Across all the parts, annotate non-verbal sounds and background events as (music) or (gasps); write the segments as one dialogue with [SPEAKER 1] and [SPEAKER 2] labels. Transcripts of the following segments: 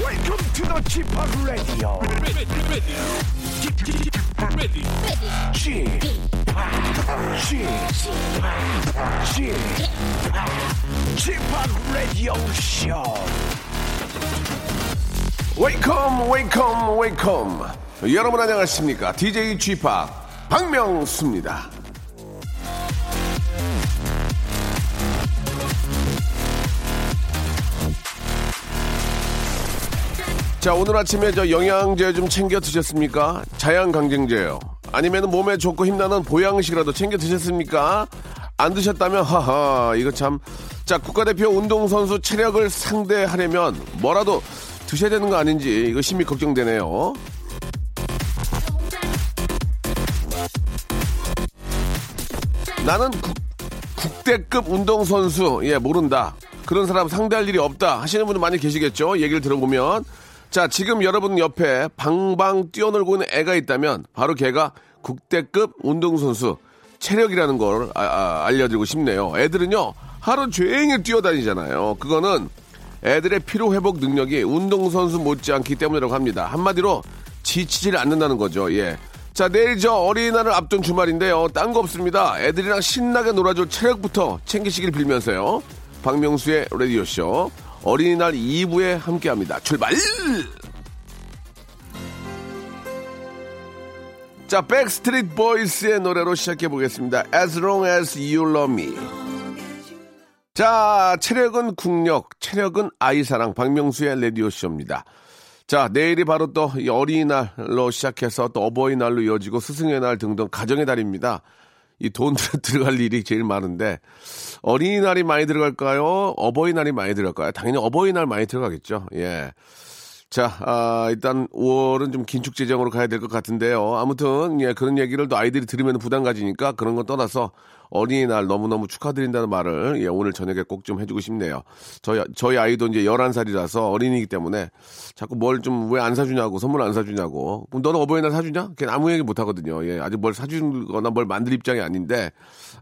[SPEAKER 1] Welcome to the Chip Radio.
[SPEAKER 2] ready, ready, ready, ready.
[SPEAKER 1] Chip, Chip, Chip, Radio Show.
[SPEAKER 3] 웨이컴 웨이컴 웨이컴 여러분 안녕하십니까 DJ g p 박명수입니다 자 오늘 아침에 저 영양제 좀 챙겨 드셨습니까 자양강장제요 아니면 몸에 좋고 힘나는 보양식이라도 챙겨 드셨습니까 안 드셨다면 하하 이거 참 자 국가대표 운동선수 체력을 상대하려면 뭐라도 드셔야 되는 거 아닌지 이거 심히 걱정되네요 나는 국, 국대급 운동선수, 예, 모른다. 그런 사람 상대할 일이 없다. 하시는 분들 많이 계시겠죠? 얘기를 들어보면. 자, 지금 여러분 옆에 방방 뛰어놀고 있는 애가 있다면 바로 걔가 국대급 운동선수 체력이라는 걸 아- 아, 알려드리고 싶네요. 애들은요, 하루 종일 뛰어다니잖아요. 그거는 애들의 피로 회복 능력이 운동선수 못지않기 때문이라고 합니다. 한마디로 지치질 않는다는 거죠. 예. 자, 내일 저 어린이날을 앞둔 주말인데요. 딴 거 없습니다. 애들이랑 신나게 놀아줄 체력부터 챙기시길 빌면서요. 박명수의 라디오쇼. 어린이날 2부에 함께 합니다. 출발! 자, 백스트리트 보이스의 노래로 시작해 보겠습니다. As long as you love me. 자, 체력은 국력, 체력은 아이사랑 박명수의 라디오쇼입니다. 자, 내일이 바로 또이 어린이날로 시작해서 또 어버이날로 이어지고 스승의 날 등등 가정의 달입니다. 이 돈 (laughs) 들어갈 일이 제일 많은데 어린이날이 많이 들어갈까요? 어버이날이 많이 들어갈까요? 당연히 어버이날 많이 들어가겠죠. 예. 자, 아, 일단 5월은 좀 긴축 재정으로 가야 될 것 같은데요. 아무튼 예, 그런 얘기를 또 아이들이 들으면 부담 가지니까 그런 건 떠나서 어린이날 너무너무 축하드린다는 말을 예, 오늘 저녁에 꼭 좀 해주고 싶네요. 저희 저희 아이도 이제 11살이라서 어린이기 때문에 자꾸 뭘 좀 왜 안 사주냐고 선물 안 사주냐고. 그럼 너는 어버이날 사주냐? 걔 아무 얘기 못 하거든요. 예, 아직 뭘 사주거나 뭘 만들 입장이 아닌데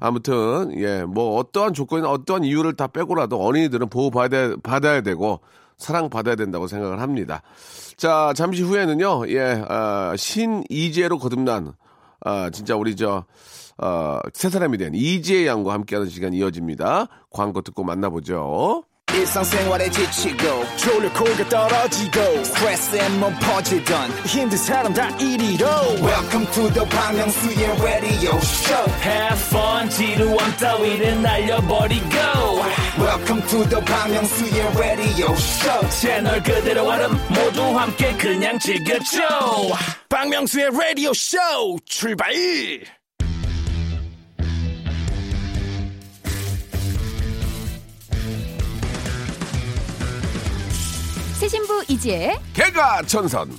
[SPEAKER 3] 아무튼 예, 뭐 어떠한 조건이나 어떠한 이유를 다 빼고라도 어린이들은 보호 받아야, 받아야 되고 사랑받아야 된다고 생각을 합니다. 자, 잠시 후에는요, 예, 아, 신이재로 거듭난, 아, 진짜 우리 저, 어, 새 사람이 된 이재 양과 함께하는 시간이 이어집니다. 광고 듣고 만나보죠.
[SPEAKER 4] 일상생활에 지치고, 졸려 코가 떨어지고, 스트레스에 몸 퍼지던, 힘든 사람 다 이리로. welcome to the Bang Myung-soo's radio show
[SPEAKER 5] Have fun 지루함 따위를 날려버리고
[SPEAKER 4] welcome to the Bang Myung-soo's radio show
[SPEAKER 5] 채널 그대로 얼음 모두 함께 그냥 즐겨줘
[SPEAKER 2] 박명수의 라디오 쇼 출발!
[SPEAKER 6] 새신부 이지혜
[SPEAKER 3] 개가 천선!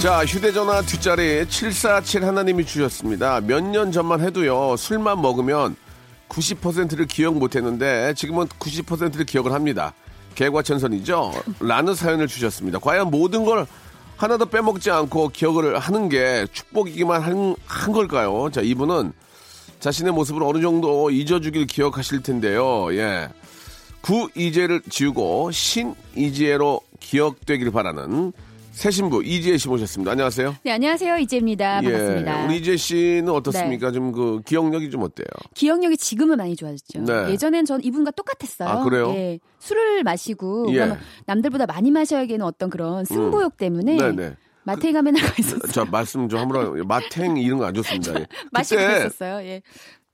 [SPEAKER 3] 자, 휴대전화 뒷자리 747 하나님이 주셨습니다. 몇 년 전만 해도요, 술만 먹으면 90%를 기억 못했는데, 지금은 90%를 기억을 합니다. 개과천선이죠? 라는 사연을 주셨습니다. 과연 모든 걸 하나도 빼먹지 않고 기억을 하는 게 축복이기만 한, 한 걸까요? 자, 이분은 자신의 모습을 어느 정도 잊어주길 기억하실 텐데요. 예. 구이재를 지우고 신이재로 기억되길 바라는 새 신부 이재 씨 모셨습니다. 안녕하세요.
[SPEAKER 6] 네 안녕하세요 이지혜입니다 아, 반갑습니다 네.
[SPEAKER 3] 예, 우리 이재 씨는 어떻습니까? 좀 그 기억력이 좀 어때요?
[SPEAKER 6] 기억력이 지금은 많이 좋아졌죠
[SPEAKER 3] 네.
[SPEAKER 6] 예전엔 전 이분과 똑같았어요
[SPEAKER 3] 아, 그래요?
[SPEAKER 6] 예, 술을 마시고
[SPEAKER 3] 예. 음.
[SPEAKER 6] 그러면 남들보다 많이 마셔야겠는 어떤 그런 승부욕 때문에
[SPEAKER 3] 네네. 그
[SPEAKER 6] 마트에 가면 (laughs) 나가 있었어요
[SPEAKER 3] 자 말씀 좀 한번 마탱 이런 거 안 좋습니다. 예.
[SPEAKER 6] 마시고
[SPEAKER 3] 그때
[SPEAKER 6] 있었어요 예.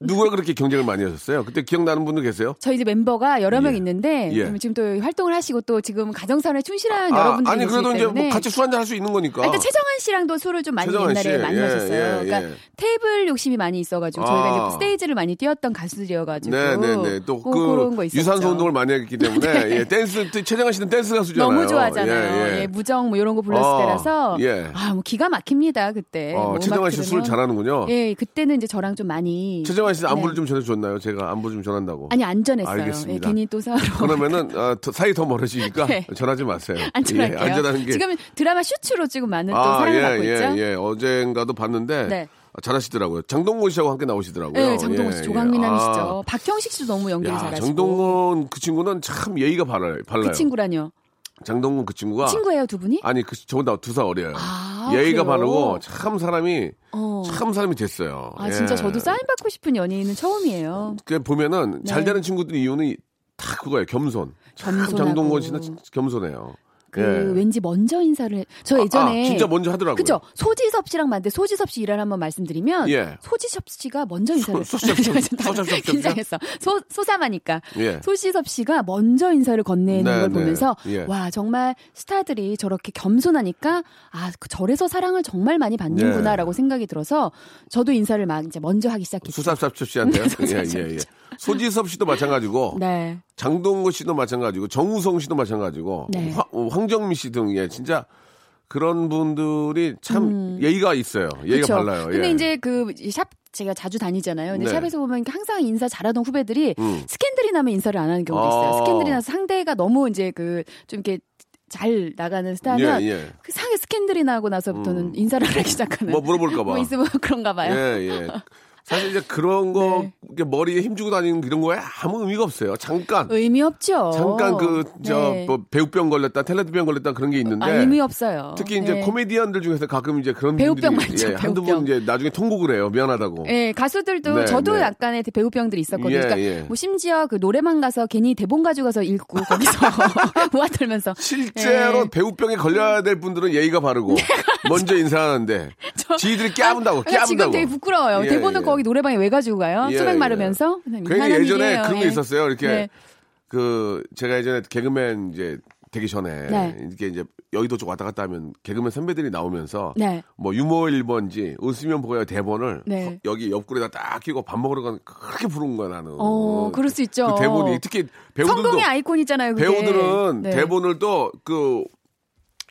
[SPEAKER 3] 누구랑 그렇게 경쟁을 많이 하셨어요? 그때 기억나는 분들 계세요?
[SPEAKER 6] 저희 이제 멤버가 여러 명
[SPEAKER 3] 예.
[SPEAKER 6] 있는데
[SPEAKER 3] 예.
[SPEAKER 6] 그러면 지금 또 활동을 하시고 또 지금 가정사에 충실한
[SPEAKER 3] 아,
[SPEAKER 6] 여러분들이
[SPEAKER 3] 아니
[SPEAKER 6] 계시기
[SPEAKER 3] 그래도 이제 뭐
[SPEAKER 6] 때문에
[SPEAKER 3] 같이 술 한잔 할 수 있는 거니까.
[SPEAKER 6] 아, 일단 최정환 씨랑도 술을 좀 많이
[SPEAKER 3] 최정환
[SPEAKER 6] 옛날에
[SPEAKER 3] 씨.
[SPEAKER 6] 많이
[SPEAKER 3] 예,
[SPEAKER 6] 마셨어요.
[SPEAKER 3] 예,
[SPEAKER 6] 그러니까
[SPEAKER 3] 예.
[SPEAKER 6] 테이블 욕심이 많이 있어가지고 저희가
[SPEAKER 3] 아.
[SPEAKER 6] 이제 그 스테이지를 많이 뛰었던 가수들이어가지고
[SPEAKER 3] 네네네.
[SPEAKER 6] 고- 뭐 그런 거
[SPEAKER 3] 또그
[SPEAKER 6] 있었죠. 네.
[SPEAKER 3] 유산소 운동을 많이 했기
[SPEAKER 6] (laughs)
[SPEAKER 3] 때문에 예, 댄스 최정아 씨는 댄스 가수잖아요.
[SPEAKER 6] 너무 좋아하잖아요. 예, 무정 뭐 이런 거 불렀을
[SPEAKER 3] 어,
[SPEAKER 6] 때라서
[SPEAKER 3] 예.
[SPEAKER 6] 아, 뭐 기가 막힙니다
[SPEAKER 3] 어,
[SPEAKER 6] 그때. 뭐 음악
[SPEAKER 3] 최정아 씨 술
[SPEAKER 6] 들으면.
[SPEAKER 3] 잘하는군요.
[SPEAKER 6] 예, 그때는 이제 저랑 좀 많이
[SPEAKER 3] 최정아 씨는 안부를
[SPEAKER 6] 네.
[SPEAKER 3] 좀 전해줬나요? 제가 안부 좀 전한다고.
[SPEAKER 6] 아니 안 전했어요. 예,
[SPEAKER 3] 알겠습니다.
[SPEAKER 6] 괜히 또 서로
[SPEAKER 3] 그러면은 아, 더- 사이 더 멀어지니까
[SPEAKER 6] (laughs) 네.
[SPEAKER 3] 전하지 마세요.
[SPEAKER 6] (laughs) 안
[SPEAKER 3] 예,
[SPEAKER 6] 전할게요.
[SPEAKER 3] 안전하는 게
[SPEAKER 6] 지금 드라마 슈츠로 지금 많은 또
[SPEAKER 3] 아,
[SPEAKER 6] 사랑을
[SPEAKER 3] 예,
[SPEAKER 6] 받고
[SPEAKER 3] 예,
[SPEAKER 6] 있죠.
[SPEAKER 3] 예. 어젠가도 봤는데
[SPEAKER 6] 네.
[SPEAKER 3] 잘하시더라고요. 장동건 씨하고 함께 나오시더라고요.
[SPEAKER 6] 네, 장동건 씨,
[SPEAKER 3] 예,
[SPEAKER 6] 조강민
[SPEAKER 3] 예.
[SPEAKER 6] 아니시죠.
[SPEAKER 3] 아,
[SPEAKER 6] 박형식 씨도 너무 연기를
[SPEAKER 3] 야,
[SPEAKER 6] 잘하시고.
[SPEAKER 3] 장동건 그 친구는 참 예의가 발라요. 발라요.
[SPEAKER 6] 그 친구라뇨.
[SPEAKER 3] 장동건 그 친구가
[SPEAKER 6] 친구예요, 두 분이?
[SPEAKER 3] 아니 그 저보다 두 살 어려요.
[SPEAKER 6] 아,
[SPEAKER 3] 예의가
[SPEAKER 6] 그래요?
[SPEAKER 3] 바르고 참 사람이
[SPEAKER 6] 어.
[SPEAKER 3] 참 사람이 됐어요.
[SPEAKER 6] 아,
[SPEAKER 3] 예.
[SPEAKER 6] 진짜 저도 사인 받고 싶은 연예인은 처음이에요.
[SPEAKER 3] 그 보면은 잘
[SPEAKER 6] 네.
[SPEAKER 3] 되는 친구들 이유는 다 그거예요. 겸손. 참
[SPEAKER 6] 겸손하고.
[SPEAKER 3] 장동건 씨는 진짜 겸손해요.
[SPEAKER 6] 그
[SPEAKER 3] 예.
[SPEAKER 6] 왠지 먼저 인사를 해. 저 예전에
[SPEAKER 3] 아, 진짜 먼저 하더라고요.
[SPEAKER 6] 그죠? 소지섭 씨랑 만데 소지섭 씨 일화를 한번 말씀드리면
[SPEAKER 3] 예.
[SPEAKER 6] 소지섭 씨가 먼저 인사를
[SPEAKER 3] 소- 소지섭 씨,
[SPEAKER 6] (laughs) 다
[SPEAKER 3] 소지섭 씨.
[SPEAKER 6] 긴장했어. 소 소사마니까.
[SPEAKER 3] 예.
[SPEAKER 6] 소지섭 씨가 먼저 인사를 건네는
[SPEAKER 3] 네,
[SPEAKER 6] 걸
[SPEAKER 3] 네.
[SPEAKER 6] 보면서
[SPEAKER 3] 예.
[SPEAKER 6] 와 정말 스타들이 저렇게 겸손하니까 아 그 절에서 사랑을 정말 많이
[SPEAKER 3] 예.
[SPEAKER 6] 받는구나라고 생각이 들어서 저도 인사를 막 이제 먼저 하기 시작했죠.
[SPEAKER 3] 수sapsapsapsap삽 씨한테요.
[SPEAKER 6] (laughs)
[SPEAKER 3] 예, 예, 예. 소지섭 씨도 마찬가지고
[SPEAKER 6] 네.
[SPEAKER 3] 장동건 씨도 마찬가지고 정우성 씨도 마찬가지고
[SPEAKER 6] 네.
[SPEAKER 3] 황- 어, 황정민 씨 등 예, 진짜 그런 분들이 참 예의가 있어요. 예의가
[SPEAKER 6] 음. 그쵸.
[SPEAKER 3] 발라요.
[SPEAKER 6] 근데
[SPEAKER 3] 예.
[SPEAKER 6] 이제 그 샵 제가 자주 다니잖아요. 근데
[SPEAKER 3] 네.
[SPEAKER 6] 샵에서 보면 이렇게 항상 인사 잘하던 후배들이
[SPEAKER 3] 음.
[SPEAKER 6] 스캔들이 나면 인사를 안 하는 경우도
[SPEAKER 3] 아.
[SPEAKER 6] 있어요. 스캔들이 나서 상대가 너무 이제 그 좀 이렇게 잘 나가는 스타면
[SPEAKER 3] 예, 예.
[SPEAKER 6] 그 상에 스캔들이 나고 나서부터는 인사를 하기 시작하는
[SPEAKER 3] 뭐 물어볼까 봐.
[SPEAKER 6] 뭐 있으면 (laughs) 그런가 봐요.
[SPEAKER 3] 예, 예. 사실 이제 그런 거
[SPEAKER 6] (laughs) 네.
[SPEAKER 3] 이렇게 머리에 힘주고 다니는 이런 거에 아무 의미가 없어요. 잠깐.
[SPEAKER 6] 의미 없죠.
[SPEAKER 3] 잠깐 그 저
[SPEAKER 6] 네.
[SPEAKER 3] 배우병 걸렸다, 텔레비병 걸렸다 그런 게 있는데
[SPEAKER 6] 아, 의미 없어요.
[SPEAKER 3] 특히 이제
[SPEAKER 6] 네.
[SPEAKER 3] 코미디언들 중에서 가끔 이제 그런
[SPEAKER 6] 배우병
[SPEAKER 3] 분들이
[SPEAKER 6] 많죠,
[SPEAKER 3] 예, 한두 분
[SPEAKER 6] 배우병.
[SPEAKER 3] 이제 나중에 통곡을 해요. 미안하다고.
[SPEAKER 6] 예, 가수들도
[SPEAKER 3] 네,
[SPEAKER 6] 저도
[SPEAKER 3] 네.
[SPEAKER 6] 약간의 배우병들이 있었거든요.
[SPEAKER 3] 예,
[SPEAKER 6] 그러니까
[SPEAKER 3] 예.
[SPEAKER 6] 뭐 심지어 그 노래방 가서 괜히 대본 가져가서 읽고 거기서 (laughs) 모아들면서 예.
[SPEAKER 3] 실제로
[SPEAKER 6] 네.
[SPEAKER 3] 배우병에 걸려야 될 분들은 예의가
[SPEAKER 6] (laughs)
[SPEAKER 3] 바르고 먼저 인사하는데
[SPEAKER 6] 저-
[SPEAKER 3] 지들이 깨문다고
[SPEAKER 6] 아, 나
[SPEAKER 3] 깨문다고.
[SPEAKER 6] 지금 되게 부끄러워요.
[SPEAKER 3] 예,
[SPEAKER 6] 대본은
[SPEAKER 3] 예.
[SPEAKER 6] 거기 노래방에 왜 가지고 가요?
[SPEAKER 3] 예,
[SPEAKER 6] 소맥
[SPEAKER 3] 예.
[SPEAKER 6] 어, 마르면서?
[SPEAKER 3] 괜히
[SPEAKER 6] 이상한
[SPEAKER 3] 예전에
[SPEAKER 6] 일이에요.
[SPEAKER 3] 그런 게
[SPEAKER 6] 예.
[SPEAKER 3] 있었어요. 이렇게
[SPEAKER 6] 네.
[SPEAKER 3] 그 제가 예전에 개그맨 이제 되기 전에
[SPEAKER 6] 네.
[SPEAKER 3] 이렇게 이제 여의도 쪽 왔다 갔다 하면 개그맨 선배들이 나오면서
[SPEAKER 6] 네.
[SPEAKER 3] 뭐 유머 일번지 웃으면 보여요 대본을
[SPEAKER 6] 네.
[SPEAKER 3] 허- 여기 옆구리에다 딱 끼고 밥 먹으러 가는 그렇게 부른 거야 나는.
[SPEAKER 6] 어, 그럴 수 있죠.
[SPEAKER 3] 그 대본이 특히 배우들도
[SPEAKER 6] 성공의 아이콘이잖아요. 그게.
[SPEAKER 3] 배우들은
[SPEAKER 6] 네.
[SPEAKER 3] 대본을 또 그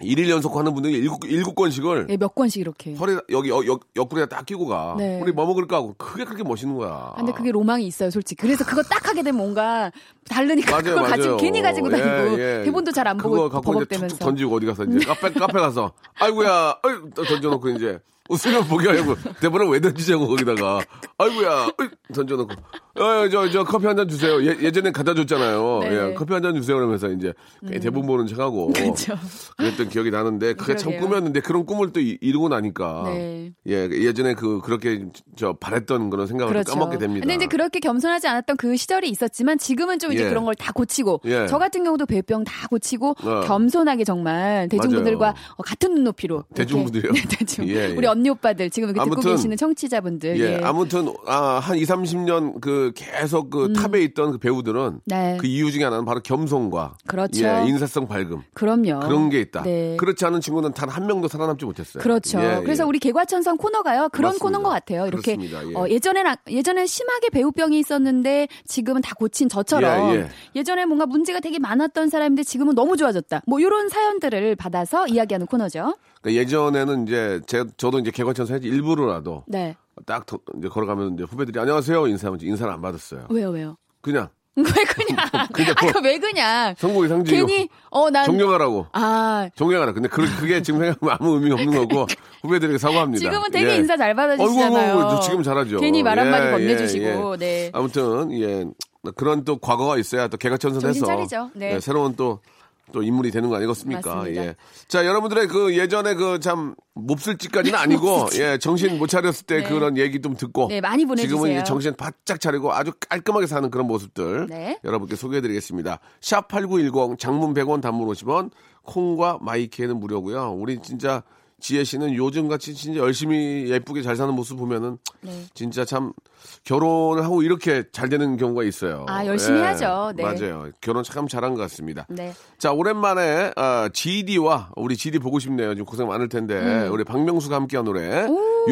[SPEAKER 3] 일일 연속 하는 분들이 일곱 일곱 권씩을
[SPEAKER 6] 예, 몇 권씩 이렇게.
[SPEAKER 3] 허리 여기 여, 여, 옆구리에 딱 끼고 가.
[SPEAKER 6] 네.
[SPEAKER 3] 우리 뭐 먹을까 하고 그게 그렇게 멋있는 거야.
[SPEAKER 6] 아, 근데 그게 로망이 있어요, 솔직히. 그래서 그거 딱 하게 되면 뭔가 다르니까
[SPEAKER 3] 맞아요,
[SPEAKER 6] 그러니까 그걸 가지고
[SPEAKER 3] 맞아요.
[SPEAKER 6] 괜히 가지고
[SPEAKER 3] 예,
[SPEAKER 6] 다니고
[SPEAKER 3] 예.
[SPEAKER 6] 대본도 잘 안
[SPEAKER 3] 그거
[SPEAKER 6] 보고
[SPEAKER 3] 갖고 이제
[SPEAKER 6] 버벅대면서
[SPEAKER 3] 툭툭 던지고 어디 가서 이제 카페 카페 가서 아이고야 어이, 또 던져놓고 이제 웃으면 보게 하려고 대본을 왜 던지냐고 거기다가 아이고야 어이, 던져놓고 어, 저저 저 커피 한 잔 주세요 예, 예전에 갖다 줬잖아요
[SPEAKER 6] 네. 음.
[SPEAKER 3] 예, 커피 한 잔 주세요 그러면서 이제 괜히 대본 보는 척하고
[SPEAKER 6] (laughs) 그렇죠.
[SPEAKER 3] 그랬던 기억이 나는데 그게 참
[SPEAKER 6] 그러게요.
[SPEAKER 3] 꿈이었는데 그런 꿈을 또 이- 이루고 나니까
[SPEAKER 6] 네.
[SPEAKER 3] 예 예전에 그 그렇게 저 바랬던 그런 생각을 또
[SPEAKER 6] 그렇죠.
[SPEAKER 3] 어, 까먹게 됩니다.
[SPEAKER 6] 근데 이제 그렇게 겸손하지 않았던 그 시절이 있었지만 지금은 좀 이제
[SPEAKER 3] 예.
[SPEAKER 6] 그런 걸 다 고치고
[SPEAKER 3] 예.
[SPEAKER 6] 저 같은 경우도 배병 다 고치고
[SPEAKER 3] 어.
[SPEAKER 6] 겸손하게 정말 대중분들과
[SPEAKER 3] 맞아요.
[SPEAKER 6] 어, 같은 눈높이로 이렇게.
[SPEAKER 3] 대중분들이요?
[SPEAKER 6] (laughs) 네, 대중.
[SPEAKER 3] 예, 예.
[SPEAKER 6] 우리 언니 오빠들 지금 이렇게
[SPEAKER 3] 아무튼,
[SPEAKER 6] 듣고 계시는 청취자분들.
[SPEAKER 3] 예,
[SPEAKER 6] 예.
[SPEAKER 3] 아무튼 아, 한 2, 30년 그 계속 그 탑에 있던 그 배우들은
[SPEAKER 6] 음. 네.
[SPEAKER 3] 그 이유 중에 하나는 바로 겸손과
[SPEAKER 6] 그렇죠.
[SPEAKER 3] 예, 인사성 밝음
[SPEAKER 6] 그럼요.
[SPEAKER 3] 그런 게 있다.
[SPEAKER 6] 네.
[SPEAKER 3] 그렇지 않은 친구는 단 한 명도 살아남지 못했어요.
[SPEAKER 6] 그렇죠.
[SPEAKER 3] 예,
[SPEAKER 6] 그래서
[SPEAKER 3] 예.
[SPEAKER 6] 우리 개과천선 코너가요. 그런
[SPEAKER 3] 맞습니다.
[SPEAKER 6] 코너인 것 같아요. 이렇게
[SPEAKER 3] 그렇습니다. 예.
[SPEAKER 6] 어, 예전엔 아- 예전엔 심하게 배우병이 있었는데 지금은 다 고친 저처럼
[SPEAKER 3] 예, 예.
[SPEAKER 6] 예, 전에 뭔가 문제가 되게 많았던 사람인데 지금은 너무 좋아졌다. 뭐 이런 사연들을 받아서 이야기하는 코너죠.
[SPEAKER 3] 그러니까 예전에는 이제 제, 저도 이제 개과천선 해지 일부러라도
[SPEAKER 6] 네.
[SPEAKER 3] 딱 도- 이제 걸어가면 이제 후배들이 안녕하세요 인사하면 인사를 안 받았어요.
[SPEAKER 6] 왜요, (laughs) 왜요?
[SPEAKER 3] 그냥
[SPEAKER 6] 왜
[SPEAKER 3] (laughs)
[SPEAKER 6] 그냥?
[SPEAKER 3] 그냥 뭐-
[SPEAKER 6] 아, 그왜 그냥?
[SPEAKER 3] 성공의 상징이고
[SPEAKER 6] 괜히 어, 난
[SPEAKER 3] 존경하라고.
[SPEAKER 6] 아,
[SPEAKER 3] 존경하라. 근데 그, 그게 지금 생각하면 아무 의미 없는
[SPEAKER 6] (laughs)
[SPEAKER 3] 거고 후배들에게 사과합니다.
[SPEAKER 6] 지금은 되게
[SPEAKER 3] 예.
[SPEAKER 6] 인사 잘 받아주시잖아요.
[SPEAKER 3] 어이구, 어이구, 지금 잘하죠.
[SPEAKER 6] 괜히 말 한마디
[SPEAKER 3] 예,
[SPEAKER 6] 건네주시고,
[SPEAKER 3] 예, 예.
[SPEAKER 6] 네.
[SPEAKER 3] 아무튼 예 그런 또 과거가 있어야 또 개가천선해서 예,
[SPEAKER 6] 정신 차리죠. 네.
[SPEAKER 3] 새로운 또. 또 인물이 되는 거 아니겠습니까?
[SPEAKER 6] 맞습니다.
[SPEAKER 3] 예. 자, 여러분들의 그 예전에 그 참
[SPEAKER 6] (laughs)
[SPEAKER 3] 몹쓸지까지는 아니고 예, 정신 못 차렸을 때 그런 얘기 좀 듣고
[SPEAKER 6] 네, 많이 보내주세요.
[SPEAKER 3] 지금은 이제 정신 바짝 차리고 아주 깔끔하게 사는 그런 모습들
[SPEAKER 6] 네.
[SPEAKER 3] 여러분께 소개해 드리겠습니다. 샵8910 장문 100원 단문 50원 콩과 마이키에는 무료고요. 우리 진짜 지혜 씨는 요즘같이 진짜 열심히 예쁘게 잘 사는 모습 보면은
[SPEAKER 6] 네.
[SPEAKER 3] 진짜 참 결혼을 하고 이렇게 잘 되는 경우가 있어요. 예.
[SPEAKER 6] 아, 열심히 해야죠. 네.
[SPEAKER 3] 맞아요. 결혼 참 잘한 것 같습니다.
[SPEAKER 6] 네.
[SPEAKER 3] 자, 오랜만에 아, GD와 우리 GD 보고 싶네요. 지금 고생 많을 텐데
[SPEAKER 6] 음.
[SPEAKER 3] 우리 박명수가 함께한 노래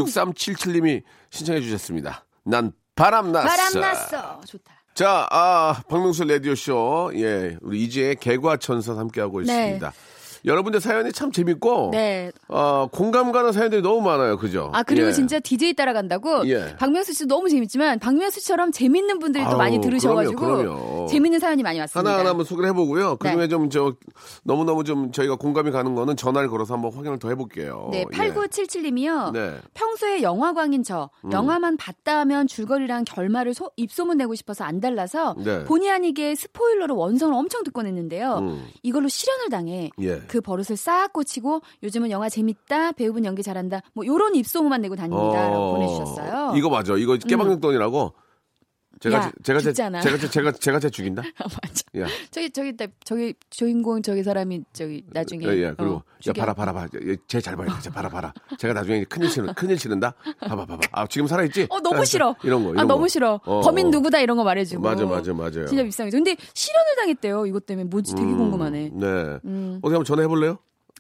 [SPEAKER 3] 6377님이 신청해 주셨습니다. 난 바람났어.
[SPEAKER 6] 바람 났어. 좋다.
[SPEAKER 3] 자, 아, 박명수 라디오쇼. 예, 우리 이제 개과천선 함께하고
[SPEAKER 6] 네.
[SPEAKER 3] 있습니다. 여러분들 사연이 참 재밌고
[SPEAKER 6] 네.
[SPEAKER 3] 어, 공감 가는 사연들이 너무 많아요. 그죠?
[SPEAKER 6] 아 그리고
[SPEAKER 3] 예.
[SPEAKER 6] 진짜 DJ 따라간다고
[SPEAKER 3] 예.
[SPEAKER 6] 박명수 씨도 너무 재밌지만 박명수 씨처럼 재밌는 분들이 또
[SPEAKER 3] 아우,
[SPEAKER 6] 많이 들으셔가지고
[SPEAKER 3] 그럼요, 그럼요.
[SPEAKER 6] 재밌는 사연이 많이 왔습니다.
[SPEAKER 3] 하나하나 한번 소개를 해보고요. 그 중에
[SPEAKER 6] 네.
[SPEAKER 3] 좀 저 너무너무 좀 저희가 공감이 가는 거는 전화를 걸어서 한번 확인을 더 해볼게요.
[SPEAKER 6] 네,
[SPEAKER 3] 예.
[SPEAKER 6] 8977님이요.
[SPEAKER 3] 네. 음.
[SPEAKER 6] 평소에 영화광인 저 영화만 봤다 하면 줄거리랑 결말을 소- 입소문 내고 싶어서 안 달라서
[SPEAKER 3] 네.
[SPEAKER 6] 본의 아니게 스포일러로 원성을 엄청 듣고 냈는데요. 이걸로 실현을 당해
[SPEAKER 3] 음. 예.
[SPEAKER 6] 그 버릇을 싹 고치고 요즘은 영화 재밌다, 배우분 연기 잘한다, 뭐 요런 입소문만 내고 다닙니다라고
[SPEAKER 3] 어,
[SPEAKER 6] 보내주셨어요. 음.
[SPEAKER 3] 이거 맞아. 이거 깨방정돈이라고. 제가
[SPEAKER 6] 야,
[SPEAKER 3] 제- 제가 제-
[SPEAKER 6] 죽잖아.
[SPEAKER 3] 제가 제- 제가 제가 제
[SPEAKER 6] (laughs)
[SPEAKER 3] 죽인다.
[SPEAKER 6] 맞아.
[SPEAKER 3] 야.
[SPEAKER 6] 저기 저기 나- 저기 주인공 저기 사람이 저기 나중에
[SPEAKER 3] 예, 예. 그리고
[SPEAKER 6] 어,
[SPEAKER 3] 야
[SPEAKER 6] 죽여.
[SPEAKER 3] 봐라 봐라 봐. 쟤잘 봐야 돼. 쟤 봐라 봐라. 제가 나중에 큰일 치는 큰일 치는다. 봐봐 봐봐. 아 지금 살아 있지?
[SPEAKER 6] 어 너무 싫어.
[SPEAKER 3] 이런 거. 이런
[SPEAKER 6] 아
[SPEAKER 3] 거.
[SPEAKER 6] 너무 싫어.
[SPEAKER 3] 어,
[SPEAKER 6] 범인
[SPEAKER 3] 어.
[SPEAKER 6] 누구다 이런 거 말해주고.
[SPEAKER 3] 맞아 맞아 맞아요.
[SPEAKER 6] 진짜 입상이죠. 근데 실현을 당했대요. 이것 때문에 뭐지 되게
[SPEAKER 3] 음,
[SPEAKER 6] 궁금하네. 음.
[SPEAKER 3] 네. 어떻게 한번 전화해 볼래요?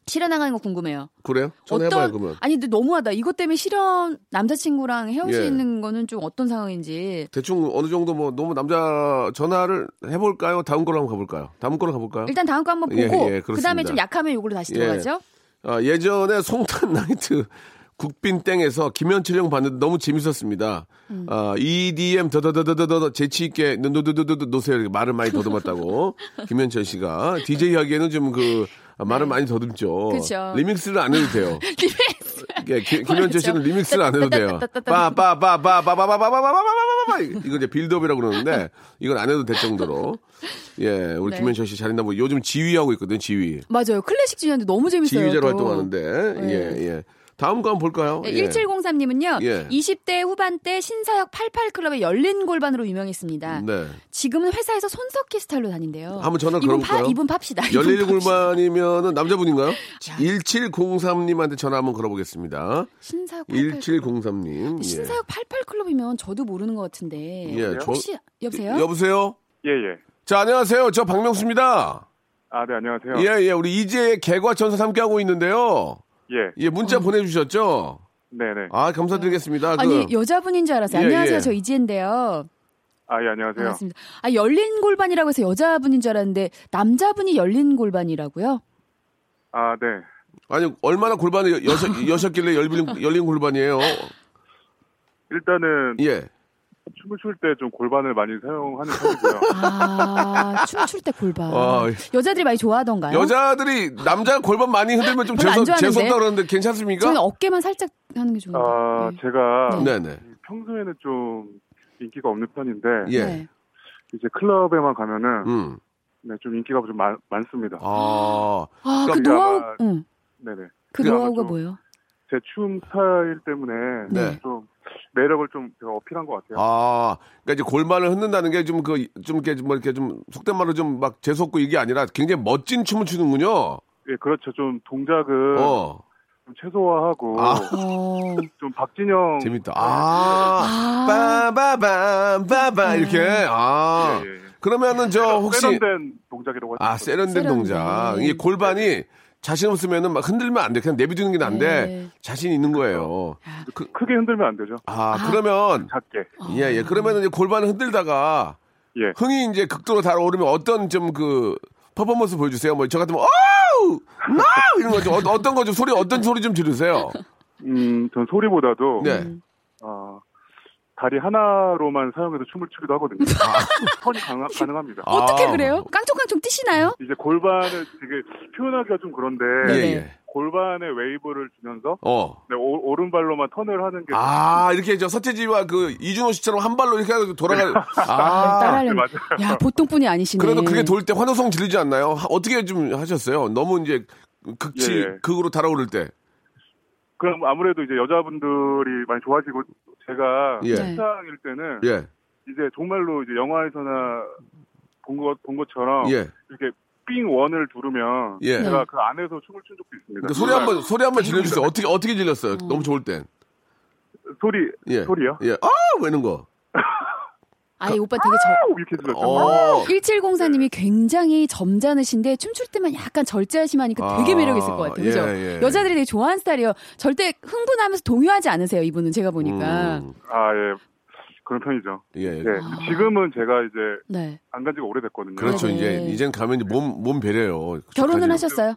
[SPEAKER 6] 실현 당하는 거 궁금해요.
[SPEAKER 3] 그래요? 전화해 봐요 그러면.
[SPEAKER 6] 아니 근데 너무하다. 이것 때문에 실현 남자친구랑
[SPEAKER 3] 예.
[SPEAKER 6] 헤어지는 거는 좀 어떤 상황인지
[SPEAKER 3] 대충 어느 정도 뭐 너무 남자 전화를 해볼까요? 다음 걸로 한번 가볼까요? 다음 걸로 가볼까요?
[SPEAKER 6] 일단 다음 거 한번
[SPEAKER 3] 예,
[SPEAKER 6] 보고
[SPEAKER 3] 예, 그렇습니다.
[SPEAKER 6] 그다음에 좀 약하면 요걸로 다시
[SPEAKER 3] 예.
[SPEAKER 6] 들어가죠. (laughs)
[SPEAKER 3] 아, 예전에 송탄 나이트 (laughs) 국빈땡에서 김현철 형 봤는데 너무 재밌었습니다.
[SPEAKER 6] 음.
[SPEAKER 3] 아, EDM 더더더더더더 재치있게 노노노노노 노세요. 이렇게 말을 많이
[SPEAKER 6] (laughs)
[SPEAKER 3] 더듬었다고. 김현철 씨가. DJ 하기에는 좀 그 말을 많이 더듬죠.
[SPEAKER 6] 네. 그쵸.
[SPEAKER 3] 리믹스를 안 해도 돼요.
[SPEAKER 6] (laughs)
[SPEAKER 3] 예, 김- 김현철 씨는
[SPEAKER 6] 맞죠.
[SPEAKER 3] 리믹스를 안 해도 돼요. 빠빠빠빠빠빠빠빠빠빠빠빠빠 이거 이제 빌드업이라고 그러는데 이건 안 해도 될 정도로. 예, 우리
[SPEAKER 6] 네.
[SPEAKER 3] 김현철 씨 잘했나 보. 요즘 지휘하고 있거든, 지휘.
[SPEAKER 6] 맞아요. 클래식 중요한데 너무 재밌어요.
[SPEAKER 3] 지휘자로
[SPEAKER 6] 또.
[SPEAKER 3] 활동하는데
[SPEAKER 6] 네.
[SPEAKER 3] 예 예. 다음 거 한번 볼까요?
[SPEAKER 6] 네,
[SPEAKER 3] 예.
[SPEAKER 6] 1703님은요.
[SPEAKER 3] 예.
[SPEAKER 6] 20대 후반때 신사역 88클럽의 열린 골반으로 유명했습니다.
[SPEAKER 3] 네.
[SPEAKER 6] 지금은 회사에서 손석희 스타일로 다닌대요.
[SPEAKER 3] 한번 전화
[SPEAKER 6] 이분 파-
[SPEAKER 3] 걸어볼까요?
[SPEAKER 6] 이분 팝시다. 이분
[SPEAKER 3] 열릴
[SPEAKER 6] 팝시다.
[SPEAKER 3] 골반이면은 남자분인가요? 1703님한테 전화 한번 걸어보겠습니다.
[SPEAKER 6] 신사역 88.
[SPEAKER 3] 1703님.
[SPEAKER 6] 네, 그 신사역 88클럽이면 저도 모르는 것 같은데.
[SPEAKER 3] 예, 저-
[SPEAKER 6] 혹시 여보세요?
[SPEAKER 3] 여보세요?
[SPEAKER 7] 예, 예.
[SPEAKER 3] 자, 안녕하세요. 저 박명수입니다.
[SPEAKER 7] 아, 네, 안녕하세요.
[SPEAKER 3] 예, 예. 우리 이재의 개과천선 함께하고 있는데요.
[SPEAKER 7] 예.
[SPEAKER 3] 예, 문자 보내주셨죠?
[SPEAKER 7] 네, 네.
[SPEAKER 3] 아, 감사드리겠습니다. 그-
[SPEAKER 6] 음. 아니 여자분인 줄 알았어요.
[SPEAKER 3] 예,
[SPEAKER 6] 안녕하세요,
[SPEAKER 3] 예.
[SPEAKER 6] 저 이지혜인데요.
[SPEAKER 7] 아, 예, 안녕하세요.
[SPEAKER 6] 반갑습니다. 아 열린 골반이라고 해서 여자분인 줄 알았는데 남자분이 열린 골반이라고요?
[SPEAKER 7] 아, 네.
[SPEAKER 3] 아니, 얼마나 골반을
[SPEAKER 6] (laughs)
[SPEAKER 3] 여셨, 여셨길래 열린, 열린 골반이에요?
[SPEAKER 7] 일단은
[SPEAKER 3] 예.
[SPEAKER 7] 춤을 출 때 좀 골반을 많이 사용하는
[SPEAKER 3] (laughs) 네.
[SPEAKER 7] 편이고요.
[SPEAKER 6] 아 춤출 때 골반.
[SPEAKER 3] 아,
[SPEAKER 6] 여자들이 많이 좋아하던가요?
[SPEAKER 3] 여자들이 남자 골반 많이 흔들면 좀
[SPEAKER 6] 별로
[SPEAKER 3] 죄송
[SPEAKER 6] 안 좋아하는데?
[SPEAKER 3] 죄송다 그러는데 괜찮습니까?
[SPEAKER 6] 저는 어깨만 살짝 하는 게 좋은데.
[SPEAKER 7] 아,
[SPEAKER 6] 네.
[SPEAKER 7] 제가
[SPEAKER 3] 네네.
[SPEAKER 7] 평소에는 좀 인기가 없는 편인데
[SPEAKER 3] 예.
[SPEAKER 6] 네.
[SPEAKER 7] 이제 클럽에만 가면은
[SPEAKER 3] 음.
[SPEAKER 7] 네, 좀 인기가 좀 많, 많습니다.
[SPEAKER 3] 아.
[SPEAKER 6] 아, 그
[SPEAKER 3] 그러니까
[SPEAKER 6] 노하우,
[SPEAKER 7] 아마-
[SPEAKER 6] 응.
[SPEAKER 7] 네, 네.
[SPEAKER 6] 그
[SPEAKER 7] 그냥
[SPEAKER 6] 노하우가
[SPEAKER 7] 좀-
[SPEAKER 6] 뭐예요?
[SPEAKER 7] 제 춤 스타일 때문에
[SPEAKER 3] 네.
[SPEAKER 7] 좀 매력을 좀 제가 어필한 것 같아요.
[SPEAKER 3] 아. 그러니까 이제 골반을 흔든다는 게 좀 그 좀 이렇게 뭐 이렇게 좀 속된 말로 좀 막 재수없고 이게 아니라 굉장히 멋진 춤을 추는군요.
[SPEAKER 7] 예, 그렇죠. 좀 동작을
[SPEAKER 3] 어.
[SPEAKER 7] 좀 최소화하고
[SPEAKER 3] 아.
[SPEAKER 6] 어.
[SPEAKER 7] 좀 박진영 네.
[SPEAKER 3] 재밌다. 아.
[SPEAKER 6] 아,
[SPEAKER 3] 빠바밤 빠바 이렇게. 아.
[SPEAKER 7] 예, 예, 예.
[SPEAKER 3] 그러면은 저 아, 혹시
[SPEAKER 7] 세련된 동작이라고
[SPEAKER 3] 아,
[SPEAKER 7] 하죠.
[SPEAKER 3] 세련된
[SPEAKER 6] 세련된.
[SPEAKER 3] 동작. 이게 골반이 자신 없으면은 막 흔들면 안 돼. 그냥 내비두는 게 난데
[SPEAKER 6] 네.
[SPEAKER 3] 자신 있는 거예요. 그-
[SPEAKER 7] 크게 흔들면 안 되죠.
[SPEAKER 3] 아, 그러면
[SPEAKER 7] 작게.
[SPEAKER 3] 예,
[SPEAKER 6] 어.
[SPEAKER 3] 예. 그러면은 이제 골반을 흔들다가
[SPEAKER 7] 예.
[SPEAKER 3] 흥이 이제 극도로 달아오르면 어떤 좀 그 퍼포먼스 보여주세요. 뭐 저 같으면 어우, 나 이런 거죠. 어, 어떤 거죠? 소리 어떤 소리 좀 들으세요.
[SPEAKER 7] 음, 전 소리보다도
[SPEAKER 6] 음.
[SPEAKER 3] 네.
[SPEAKER 7] 어, 다리 하나로만 사용해서 춤을 추기도
[SPEAKER 3] (laughs)
[SPEAKER 7] 하거든요. 턴이 강하, 가능합니다.
[SPEAKER 6] 어떻게
[SPEAKER 3] 아,
[SPEAKER 6] 그래요? 깡총깡총
[SPEAKER 7] (laughs)
[SPEAKER 6] 뛰시나요?
[SPEAKER 7] 이제 골반을 되게 표현하기가 좀 그런데
[SPEAKER 3] 예,
[SPEAKER 6] 네네.
[SPEAKER 3] 예.
[SPEAKER 7] 골반에 웨이브를 주면서
[SPEAKER 3] 어.
[SPEAKER 7] 네, 오, 오른발로만 턴을 하는 게
[SPEAKER 3] 아, 이렇게 저 서태지와 그 이준호 씨처럼 한 발로 이렇게 해가지고
[SPEAKER 6] (laughs)
[SPEAKER 3] 돌아가. 아.
[SPEAKER 6] 따라하려면.
[SPEAKER 7] 맞아요.
[SPEAKER 6] 야, 보통 분이 아니시네.
[SPEAKER 3] 그래도 그게 돌 때 환호성 들리지 않나요? 하- 어떻게 좀 하셨어요? 너무 이제 극치,
[SPEAKER 7] 예.
[SPEAKER 3] 극으로 달아오를 때.
[SPEAKER 7] 그럼 아무래도 이제 여자분들이 많이 좋아지고 제가
[SPEAKER 3] 예.
[SPEAKER 7] 신상일 때는
[SPEAKER 3] 예.
[SPEAKER 7] 이제 정말로 이제 영화에서나 본, 것, 본 것처럼
[SPEAKER 3] 예.
[SPEAKER 7] 이렇게 삥 원을 두르면
[SPEAKER 3] 예.
[SPEAKER 7] 어. 제가 그 안에서 춤을 춘 적도 있습니다.
[SPEAKER 3] 그러니까 소리 한 번, 소리 한 번 질러주세요. 어떻게, 어떻게 질렀어요?
[SPEAKER 6] 음.
[SPEAKER 3] 너무 좋을 땐.
[SPEAKER 7] 소리
[SPEAKER 3] 예.
[SPEAKER 7] 소리요?
[SPEAKER 3] 예. 아! 뭐 이런 거.
[SPEAKER 6] 아니, 오빠 되게 저.
[SPEAKER 7] 아우 이렇게 들렸죠.
[SPEAKER 3] 어.
[SPEAKER 6] 1704님이 굉장히 점잖으신데 춤출 때만 약간 절제하시마니까 되게
[SPEAKER 3] 아,
[SPEAKER 6] 매력 있을 것 같아요. 그죠?
[SPEAKER 3] 예, 예.
[SPEAKER 6] 여자들이 되게 좋아하는 스타일이에요. 절대 흥분하면서 동요하지 않으세요, 이분은 제가 보니까.
[SPEAKER 3] 음,
[SPEAKER 7] 아, 예. 그런 편이죠.
[SPEAKER 3] 예.
[SPEAKER 7] 예. 지금은 제가 이제
[SPEAKER 6] 네.
[SPEAKER 7] 안 간 지가 오래됐거든요.
[SPEAKER 3] 그렇죠.
[SPEAKER 6] 네.
[SPEAKER 3] 이제 이젠 가면 이제 몸, 몸 배려요.
[SPEAKER 6] 결혼은 하셨어요?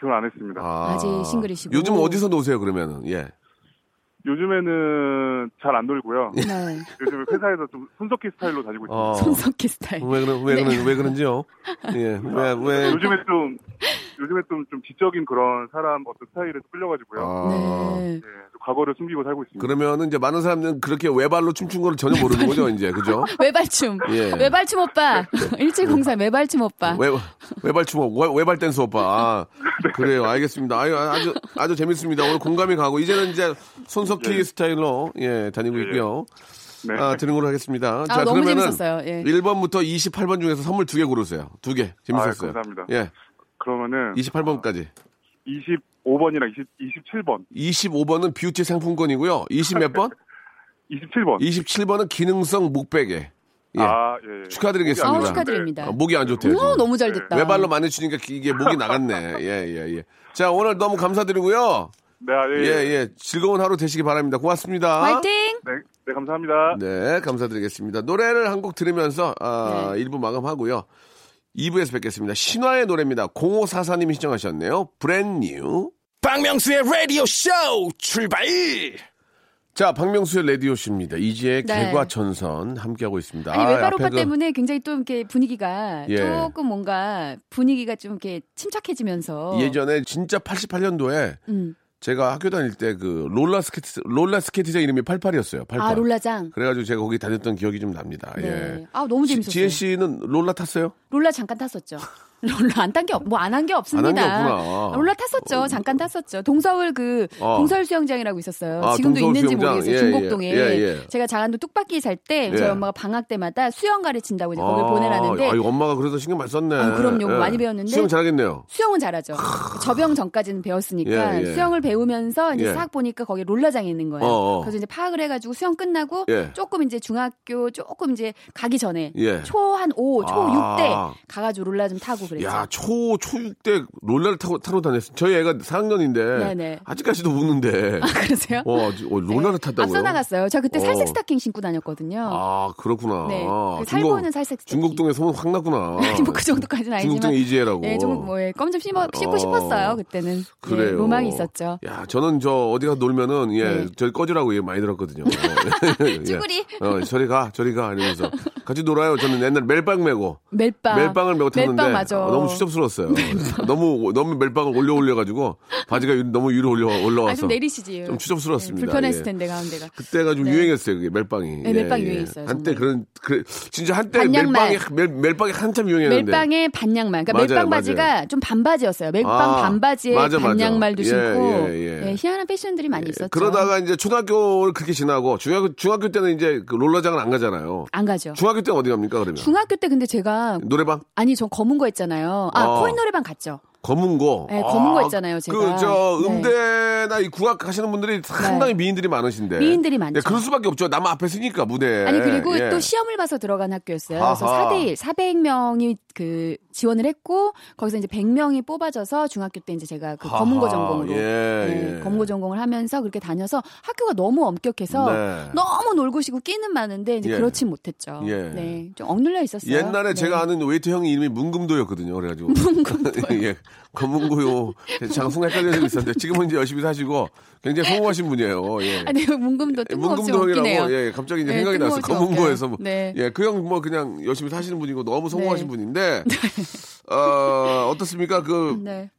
[SPEAKER 7] 결혼 안 했습니다.
[SPEAKER 3] 아.
[SPEAKER 6] 아직 싱글이시고.
[SPEAKER 3] 요즘 어디서 노세요 그러면은? 예.
[SPEAKER 7] 요즘에는 잘 안 놀고요.
[SPEAKER 6] 네.
[SPEAKER 7] 요즘 회사에서 좀 손석희 스타일로 다니고 있습니다.
[SPEAKER 3] 어.
[SPEAKER 6] 손석희 스타일.
[SPEAKER 3] 왜 그런
[SPEAKER 6] 네.
[SPEAKER 3] 왜 그런 왜
[SPEAKER 6] (laughs)
[SPEAKER 3] 그런지요? 예. 왜 왜?
[SPEAKER 7] 요즘에 좀 요즘에 좀, 좀 지적인 그런 사람 어떤 스타일에서 끌려가지고요.
[SPEAKER 3] 아.
[SPEAKER 6] 네.
[SPEAKER 7] 예, 좀 과거를 숨기고 살고 있습니다.
[SPEAKER 3] 그러면은 이제 많은 사람들은 그렇게 외발로 춤춘 거를 전혀
[SPEAKER 6] (laughs) 네.
[SPEAKER 3] 모르는 거죠 이제 그죠?
[SPEAKER 6] 외발춤.
[SPEAKER 3] 예. 네.
[SPEAKER 6] 외발춤 오빠. (laughs) 1703 외발춤 오빠.
[SPEAKER 3] 외, 외발 추모, 외, 외발 댄스
[SPEAKER 7] (laughs)
[SPEAKER 3] 오빠. 아,
[SPEAKER 7] 네.
[SPEAKER 3] 그래요. 알겠습니다. 아유, 아주, 아주 재밌습니다. 오늘 공감이 가고, 이제는 이제 손석희
[SPEAKER 7] 예.
[SPEAKER 3] 스타일로, 예, 다니고 있고요.
[SPEAKER 7] 네.
[SPEAKER 3] 아, 드는 걸로 하겠습니다.
[SPEAKER 6] 아, 너무 재밌었어요. 예.
[SPEAKER 3] 1번부터 28번 중에서 선물 두 개 고르세요. 두 개. 재밌었어요.
[SPEAKER 7] 아유, 감사합니다.
[SPEAKER 3] 예.
[SPEAKER 7] 그러면은
[SPEAKER 3] 28번까지.
[SPEAKER 7] 25번이랑 20, 27번,
[SPEAKER 3] 25번은 뷰티 상품권이고요. 20 몇
[SPEAKER 7] (laughs)
[SPEAKER 3] 번?
[SPEAKER 7] 27번.
[SPEAKER 3] 27번은 기능성 목베개. 예.
[SPEAKER 7] 아, 예. 예.
[SPEAKER 3] 축하드리겠습니다.
[SPEAKER 6] 아우, 축하드립니다.
[SPEAKER 3] 아, 목이 안 좋대요.
[SPEAKER 6] 오,
[SPEAKER 3] 지금.
[SPEAKER 6] 너무 잘 됐다.
[SPEAKER 3] 외발로 많이 추니까 이게 목이 나갔네. 예, 예, 예. 자, 오늘 너무 감사드리고요.
[SPEAKER 7] 네, 아, 예.
[SPEAKER 3] 예,
[SPEAKER 7] 예.
[SPEAKER 3] 예. 즐거운 하루 되시기 바랍니다. 고맙습니다.
[SPEAKER 6] 화이팅!
[SPEAKER 7] 네, 네, 감사합니다.
[SPEAKER 3] 네, 감사드리겠습니다. 노래를 한 곡 들으면서 아,
[SPEAKER 6] 네.
[SPEAKER 3] 1부 마감하고요. 2부에서 뵙겠습니다. 신화의 노래입니다. 0544님이 신청하셨네요. 브랜뉴.
[SPEAKER 2] 박명수의 라디오 쇼 출발!
[SPEAKER 3] 자, 박명수의 라디오쇼입니다. 이제
[SPEAKER 6] 네.
[SPEAKER 3] 개과천선 함께하고 있습니다.
[SPEAKER 6] 아니
[SPEAKER 3] 아,
[SPEAKER 6] 외발
[SPEAKER 3] 앞에
[SPEAKER 6] 오빠
[SPEAKER 3] 그-
[SPEAKER 6] 때문에 굉장히 또 이렇게 분위기가
[SPEAKER 3] 예.
[SPEAKER 6] 조금 뭔가 분위기가 좀 이렇게 침착해지면서
[SPEAKER 3] 예전에 진짜 88년도에
[SPEAKER 6] 음.
[SPEAKER 3] 제가 학교 다닐 때 그 롤라 스케이트 롤라 스케이트장 이름이 88이었어요. 88.
[SPEAKER 6] 아 롤라장
[SPEAKER 3] 그래가지고 제가 거기 다녔던 기억이 좀 납니다.
[SPEAKER 6] 네.
[SPEAKER 3] 예.
[SPEAKER 6] 아 너무 재밌었어요.
[SPEAKER 3] 지혜 씨는 롤라 탔어요?
[SPEAKER 6] 롤라 잠깐 탔었죠. (laughs) 롤라 안 탄 게 뭐 안 한 게 없습니다. 아,
[SPEAKER 3] 없구나.
[SPEAKER 6] 롤라 탔었죠. 잠깐 탔었죠. 동서울 그
[SPEAKER 3] 어.
[SPEAKER 6] 동서울 수영장이라고 있었어요.
[SPEAKER 3] 아,
[SPEAKER 6] 지금도
[SPEAKER 3] 동서울
[SPEAKER 6] 있는지
[SPEAKER 3] 수영장.
[SPEAKER 6] 모르겠어요.
[SPEAKER 3] 예,
[SPEAKER 6] 중곡동에.
[SPEAKER 3] 예, 예, 예.
[SPEAKER 6] 제가 장안도 뚝박기 살 때 저희
[SPEAKER 3] 예.
[SPEAKER 6] 엄마가 방학 때마다 수영 가르친다고 이제 거길
[SPEAKER 3] 아,
[SPEAKER 6] 보내라는데
[SPEAKER 3] 아, 이거 엄마가 그래서 신경 많이 썼네.
[SPEAKER 6] 아, 그럼요. 많이 배웠는데.
[SPEAKER 3] 수영 잘하겠네요.
[SPEAKER 6] 수영은 잘하죠. 저병 전까지는
[SPEAKER 3] 예,
[SPEAKER 6] 배웠으니까
[SPEAKER 3] 예.
[SPEAKER 6] 수영을 배우면서 이제
[SPEAKER 3] 예.
[SPEAKER 6] 싹 보니까 거기 롤라장이 있는 거예요.
[SPEAKER 3] 어어.
[SPEAKER 6] 그래서 이제 파악을 해가지고 수영 끝나고
[SPEAKER 3] 예.
[SPEAKER 6] 조금 이제 중학교 조금 이제 가기 전에
[SPEAKER 3] 예.
[SPEAKER 6] 초 한 5, 초
[SPEAKER 3] 아.
[SPEAKER 6] 6대 가가지고 롤라 좀 타고 그랬죠.
[SPEAKER 3] 야, 초, 초육 때 롤라를 타고, 타러 다녔어요. 저희 애가 4학년인데.
[SPEAKER 6] 네네.
[SPEAKER 3] 아직까지도
[SPEAKER 6] (laughs)
[SPEAKER 3] 우는데.
[SPEAKER 6] (laughs) 아, 그러세요? 네.
[SPEAKER 3] 어, 지- 어, 롤라를 탔다고요?
[SPEAKER 6] 앞서 나갔어요. 저 그때
[SPEAKER 3] 어.
[SPEAKER 6] 살색 스타킹 신고 다녔거든요.
[SPEAKER 3] 아, 그렇구나.
[SPEAKER 6] 네.
[SPEAKER 3] 아,
[SPEAKER 6] 그 살보는 살색 스타킹.
[SPEAKER 3] 중국동에 소문 확 났구나.
[SPEAKER 6] (laughs) 아니 뭐그 정도까지는 아니지만.
[SPEAKER 3] 중국동에 이지혜라고.
[SPEAKER 6] 예, 좀, 뭐, 예, 껌좀 씹어, 씹고
[SPEAKER 3] 어.
[SPEAKER 6] 싶었어요, 그때는. 예,
[SPEAKER 3] 그래요.
[SPEAKER 6] 로망이 있었죠.
[SPEAKER 3] 야, 저는 저 어디 가서 놀면은 예,
[SPEAKER 6] 네.
[SPEAKER 3] 저기 꺼지라고 예, 많이 들었거든요.
[SPEAKER 6] 쭈구리.
[SPEAKER 3] 예. 어, (laughs) 저리 가, 저리 가 이러면서 같이 놀아요. 저는 옛날 멜빵 메고
[SPEAKER 6] 멜빵.
[SPEAKER 3] 멜빵을 메고 탔는데
[SPEAKER 6] 멜빵 맞아.
[SPEAKER 3] 어, 너무
[SPEAKER 6] (laughs)
[SPEAKER 3] 추접스러웠어요. 너무 너무 멜빵을 올려 올려 가지고 바지가 위- 너무 위로 올려 올라와서
[SPEAKER 6] 아, 좀 내리시지.
[SPEAKER 3] 좀
[SPEAKER 6] 네,
[SPEAKER 3] 추접스러웠습니다.
[SPEAKER 6] 불편했을
[SPEAKER 3] 예.
[SPEAKER 6] 텐데 가운데가.
[SPEAKER 3] 그때가 좀
[SPEAKER 6] 네.
[SPEAKER 3] 유행했어요. 그게 멜빵이. 예,
[SPEAKER 6] 네, 멜빵 유행했어요,
[SPEAKER 3] 한때
[SPEAKER 6] 정말.
[SPEAKER 3] 그런 그 진짜 한때
[SPEAKER 6] 반양말.
[SPEAKER 3] 멜빵이 멜, 멜빵이 한참 유행했는데.
[SPEAKER 6] 멜빵의 반양말. 그러니까
[SPEAKER 3] 예, 네. 맞아요,
[SPEAKER 6] 멜빵 바지가
[SPEAKER 3] 맞아요.
[SPEAKER 6] 좀 반바지였어요. 멜빵
[SPEAKER 3] 아,
[SPEAKER 6] 반바지에
[SPEAKER 3] 맞아, 맞아.
[SPEAKER 6] 반양말도
[SPEAKER 3] 예,
[SPEAKER 6] 신고
[SPEAKER 3] 예, 예.
[SPEAKER 6] 예, 희한한 패션들이 많이 있었죠.
[SPEAKER 3] 그러다가 이제 초등학교를 그렇게 지나고 중학교 중학교 때는 이제 그 롤러장을 안 가잖아요.
[SPEAKER 6] 안 가죠.
[SPEAKER 3] 중학교 때는 어디 갑니까 그러면?
[SPEAKER 6] 중학교 때 근데 제가
[SPEAKER 3] 노래방?
[SPEAKER 6] 아니 전 검은 거 했잖아요. 아
[SPEAKER 3] 어.
[SPEAKER 6] 코인 노래방 갔죠.
[SPEAKER 3] 검은 거.
[SPEAKER 6] 네, 검은 거 있잖아요, 제가.
[SPEAKER 3] 그, 저,
[SPEAKER 6] 네.
[SPEAKER 3] 음대나 이 국악 하시는 분들이 상당히 미인들이 많으신데.
[SPEAKER 6] 미인들이 많죠.
[SPEAKER 3] 네, 그럴 수밖에 없죠. 남 앞에 서니까, 무대에.
[SPEAKER 6] 아니 그리고
[SPEAKER 3] 예.
[SPEAKER 6] 또 시험을 봐서 들어간 학교였어요.
[SPEAKER 3] 아하.
[SPEAKER 6] 그래서 4대 1, 400명이 그 지원을 했고 거기서 이제 100명이 뽑아져서 중학교 때 이제 제가 그 검은 거
[SPEAKER 3] 아하,
[SPEAKER 6] 전공으로
[SPEAKER 3] 예,
[SPEAKER 6] 네,
[SPEAKER 3] 예.
[SPEAKER 6] 검은 거 전공을 하면서 그렇게 다녀서 학교가 너무 엄격해서
[SPEAKER 3] 네.
[SPEAKER 6] 너무 놀고 싶고 끼는 많은데 이제
[SPEAKER 3] 예.
[SPEAKER 6] 그렇진 못했죠.
[SPEAKER 3] 예.
[SPEAKER 6] 네, 좀 억눌려 있었어요.
[SPEAKER 3] 옛날에
[SPEAKER 6] 네.
[SPEAKER 3] 제가 아는 웨이터 형이 이름이 문금도였거든요. 그래가지고. 문금도. (laughs) 예. 검은고요. 제가 순간 헷갈려서 있었는데 지금은 이제 열심히 사시고 굉장히 성공하신 분이에요. 예.
[SPEAKER 6] 아니 (laughs) 문금도 뜬금없이
[SPEAKER 3] 문금도
[SPEAKER 6] 웃기네요.
[SPEAKER 3] 형이라고 예 갑자기 이제
[SPEAKER 6] 예,
[SPEAKER 3] 생각이 났어
[SPEAKER 6] 뜬금없이
[SPEAKER 3] 검은고에서 뭐.
[SPEAKER 6] 웃겨요. 네.
[SPEAKER 3] 예그 형 뭐 그냥 열심히 사시는 분이고 너무 성공하신
[SPEAKER 6] (laughs) 네.
[SPEAKER 3] 분인데 어 어떻습니까 그
[SPEAKER 6] 네.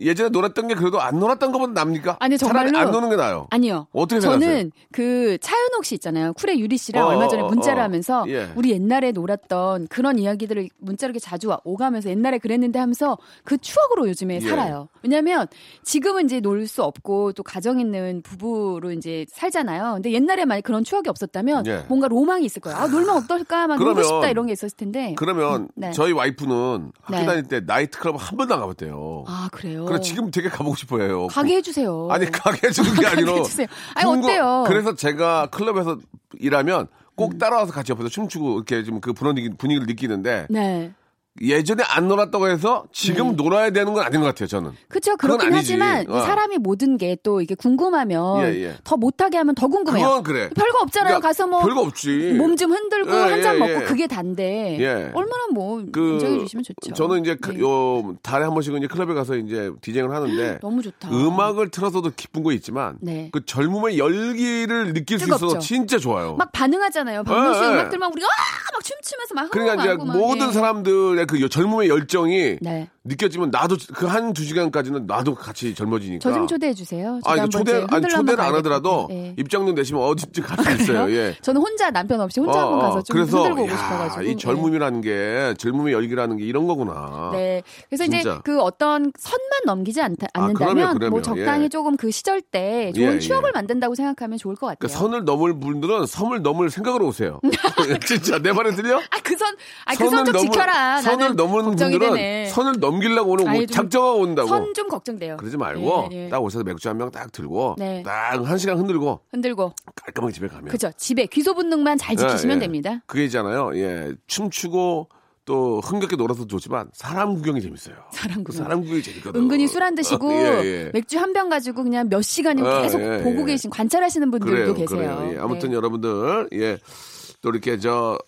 [SPEAKER 3] 예전에 놀았던 게 그래도 안 놀았던 것보다 납니까?
[SPEAKER 6] 아니,
[SPEAKER 3] 차라리
[SPEAKER 6] 정말로-
[SPEAKER 3] 안 노는 게 나아요.
[SPEAKER 6] 아니요.
[SPEAKER 3] 어떻게 생각하세요?
[SPEAKER 6] 저는 그 차윤옥 씨 있잖아요. 쿨의 유리 씨랑
[SPEAKER 3] 어,
[SPEAKER 6] 얼마 전에
[SPEAKER 3] 어,
[SPEAKER 6] 문자를
[SPEAKER 3] 어.
[SPEAKER 6] 하면서
[SPEAKER 3] 예.
[SPEAKER 6] 우리 옛날에 놀았던 그런 이야기들을 문자로 이렇게 자주 와- 오가면서 옛날에 그랬는데 하면서 그 추억으로 요즘에
[SPEAKER 3] 예.
[SPEAKER 6] 살아요. 왜냐하면 지금은 이제 놀 수 없고 또 가정 있는 부부로 이제 살잖아요. 근데 옛날에 만약 그런 추억이 없었다면
[SPEAKER 3] 예.
[SPEAKER 6] 뭔가 로망이 있을 거예요. 아, 놀면 어떨까? 막 놀고
[SPEAKER 3] 그러면-
[SPEAKER 6] 싶다 이런 게 있었을 텐데.
[SPEAKER 3] 그러면
[SPEAKER 6] 네.
[SPEAKER 3] 저희 와이프는 학교
[SPEAKER 6] 네.
[SPEAKER 3] 다닐 때 나이트클럽 한 번도 안 가봤대요.
[SPEAKER 6] 아 그래요.
[SPEAKER 3] 그래 지금 되게 가보고 싶어요.
[SPEAKER 6] 가게 해주세요.
[SPEAKER 3] 아니 가게 해주는 게
[SPEAKER 6] (laughs) 가게
[SPEAKER 3] 아니라.
[SPEAKER 6] 해주세요. 아니,
[SPEAKER 3] 궁금-
[SPEAKER 6] 어때요? 음.
[SPEAKER 3] 그래서 제가 클럽에서 일하면 꼭 따라와서 같이 옆에서 춤추고 이렇게 좀 그 분위기 분위기를 느끼는데
[SPEAKER 6] 네.
[SPEAKER 3] 예전에 안 놀았다고 해서 지금 놀아야 되는 건 아닌 것 같아요, 저는.
[SPEAKER 6] 그렇죠.
[SPEAKER 3] 그건
[SPEAKER 6] 그렇긴
[SPEAKER 3] 아니지.
[SPEAKER 6] 하지만 이
[SPEAKER 3] 어.
[SPEAKER 6] 사람이 모든 게 또 이게 궁금하면
[SPEAKER 3] 예, 예.
[SPEAKER 6] 더 못하게 하면 더 궁금해요.
[SPEAKER 3] 그건 그래.
[SPEAKER 6] 별거 없잖아요.
[SPEAKER 3] 그러니까
[SPEAKER 6] 가서 뭐
[SPEAKER 3] 별거 없지.
[SPEAKER 6] 몸 좀 흔들고
[SPEAKER 3] 예,
[SPEAKER 6] 한 잔
[SPEAKER 3] 예,
[SPEAKER 6] 먹고
[SPEAKER 3] 예.
[SPEAKER 6] 그게 단데
[SPEAKER 3] 예.
[SPEAKER 6] 얼마나 뭐
[SPEAKER 3] 그
[SPEAKER 6] 인정해 주시면 좋죠.
[SPEAKER 3] 저는 이제 그-
[SPEAKER 6] 네.
[SPEAKER 3] 요 달에 한 번씩은 이제 클럽에 가서 이제 디제잉을 하는데
[SPEAKER 6] (gasps) 너무 좋다.
[SPEAKER 3] 음악을 틀어서도 기쁜 거 있지만
[SPEAKER 6] 네.
[SPEAKER 3] 그 젊음의 열기를 느낄 수
[SPEAKER 6] 뜨겁죠.
[SPEAKER 3] 있어서 진짜 좋아요.
[SPEAKER 6] 막 반응하잖아요. 박명수
[SPEAKER 3] 예, 예.
[SPEAKER 6] 음악들만 우리가 아! 막 춤추면서 막
[SPEAKER 3] 그러니까 이제
[SPEAKER 6] 흥얼거리고 막,
[SPEAKER 3] 모든
[SPEAKER 6] 예.
[SPEAKER 3] 사람들의 그 여- 젊음의 열정이
[SPEAKER 6] 네.
[SPEAKER 3] 느껴지면 나도 그 한 두 시간까지는 나도 같이 젊어지니까.
[SPEAKER 6] 저 좀 초대해 주세요. 저도
[SPEAKER 3] 그러니까. 아, 이거
[SPEAKER 6] 한번
[SPEAKER 3] 초대,
[SPEAKER 6] 이제
[SPEAKER 3] 아니,
[SPEAKER 6] 흔들러
[SPEAKER 3] 초대를
[SPEAKER 6] 한번
[SPEAKER 3] 안
[SPEAKER 6] 가야 될
[SPEAKER 3] 하더라도
[SPEAKER 6] 것 같아요. 예.
[SPEAKER 3] 입장료 내시면 어디든지 갈 수 있어요. 예. 어,
[SPEAKER 6] 저는 혼자 남편 없이 혼자 한번 가서 좀
[SPEAKER 3] 그래서,
[SPEAKER 6] 흔들고 오고
[SPEAKER 3] 야,
[SPEAKER 6] 싶어가지고 네.
[SPEAKER 3] 이 젊음이라는 게 젊음의 열기라는 게 이런 거구나.
[SPEAKER 6] 예. 네. 그래서
[SPEAKER 3] 아, 진짜. 아,
[SPEAKER 6] 이제 그 어떤 선만 넘기지 않, 않는다면
[SPEAKER 3] 그럼요, 그럼요.
[SPEAKER 6] 뭐 적당히
[SPEAKER 3] 예.
[SPEAKER 6] 조금 그 시절 때 좋은
[SPEAKER 3] 예,
[SPEAKER 6] 추억을
[SPEAKER 3] 예.
[SPEAKER 6] 만든다고 생각하면 좋을 것 같아요.
[SPEAKER 3] 그러니까 선을 넘을 분들은 섬을 넘을 생각으로 오세요.
[SPEAKER 6] (laughs)
[SPEAKER 3] (laughs) 진짜 내 말에 들려?
[SPEAKER 6] 아, 그 선, 아, 그선 좀 지켜라.
[SPEAKER 3] 선을
[SPEAKER 6] 나는
[SPEAKER 3] 넘은
[SPEAKER 6] 걱정이
[SPEAKER 3] 분들은
[SPEAKER 6] 되네.
[SPEAKER 3] 선을 넘기려고 오는
[SPEAKER 6] 아이,
[SPEAKER 3] 거
[SPEAKER 6] 좀
[SPEAKER 3] 작정하고 온다고.
[SPEAKER 6] 선 좀 걱정돼요.
[SPEAKER 3] 그러지 말고
[SPEAKER 6] 예, 예.
[SPEAKER 3] 딱 오셔서 맥주 한 병 딱 들고
[SPEAKER 6] 네.
[SPEAKER 3] 딱 한 시간 흔들고
[SPEAKER 6] 흔들고.
[SPEAKER 3] 깔끔하게 집에 가면.
[SPEAKER 6] 그죠. 집에 귀소분능만 잘
[SPEAKER 3] 예,
[SPEAKER 6] 지키시면 됩니다.
[SPEAKER 3] 그게 있잖아요. 예, 춤추고 또 흥겹게 놀아서 좋지만 사람 구경이 재밌어요.
[SPEAKER 6] 사람
[SPEAKER 3] 그
[SPEAKER 6] 구경.
[SPEAKER 3] 사람 구경이 재밌거든.
[SPEAKER 6] 은근히 술 안
[SPEAKER 3] (laughs)
[SPEAKER 6] 드시고
[SPEAKER 3] 예, 예.
[SPEAKER 6] 맥주 한 병 가지고 그냥 몇 시간이고
[SPEAKER 3] 아,
[SPEAKER 6] 계속
[SPEAKER 3] 예,
[SPEAKER 6] 보고
[SPEAKER 3] 예.
[SPEAKER 6] 계신 관찰하시는 분들도
[SPEAKER 3] 그래요,
[SPEAKER 6] 계세요.
[SPEAKER 3] 그래요. 예, 아무튼
[SPEAKER 6] 네.
[SPEAKER 3] 여러분들 예 또 이렇게 저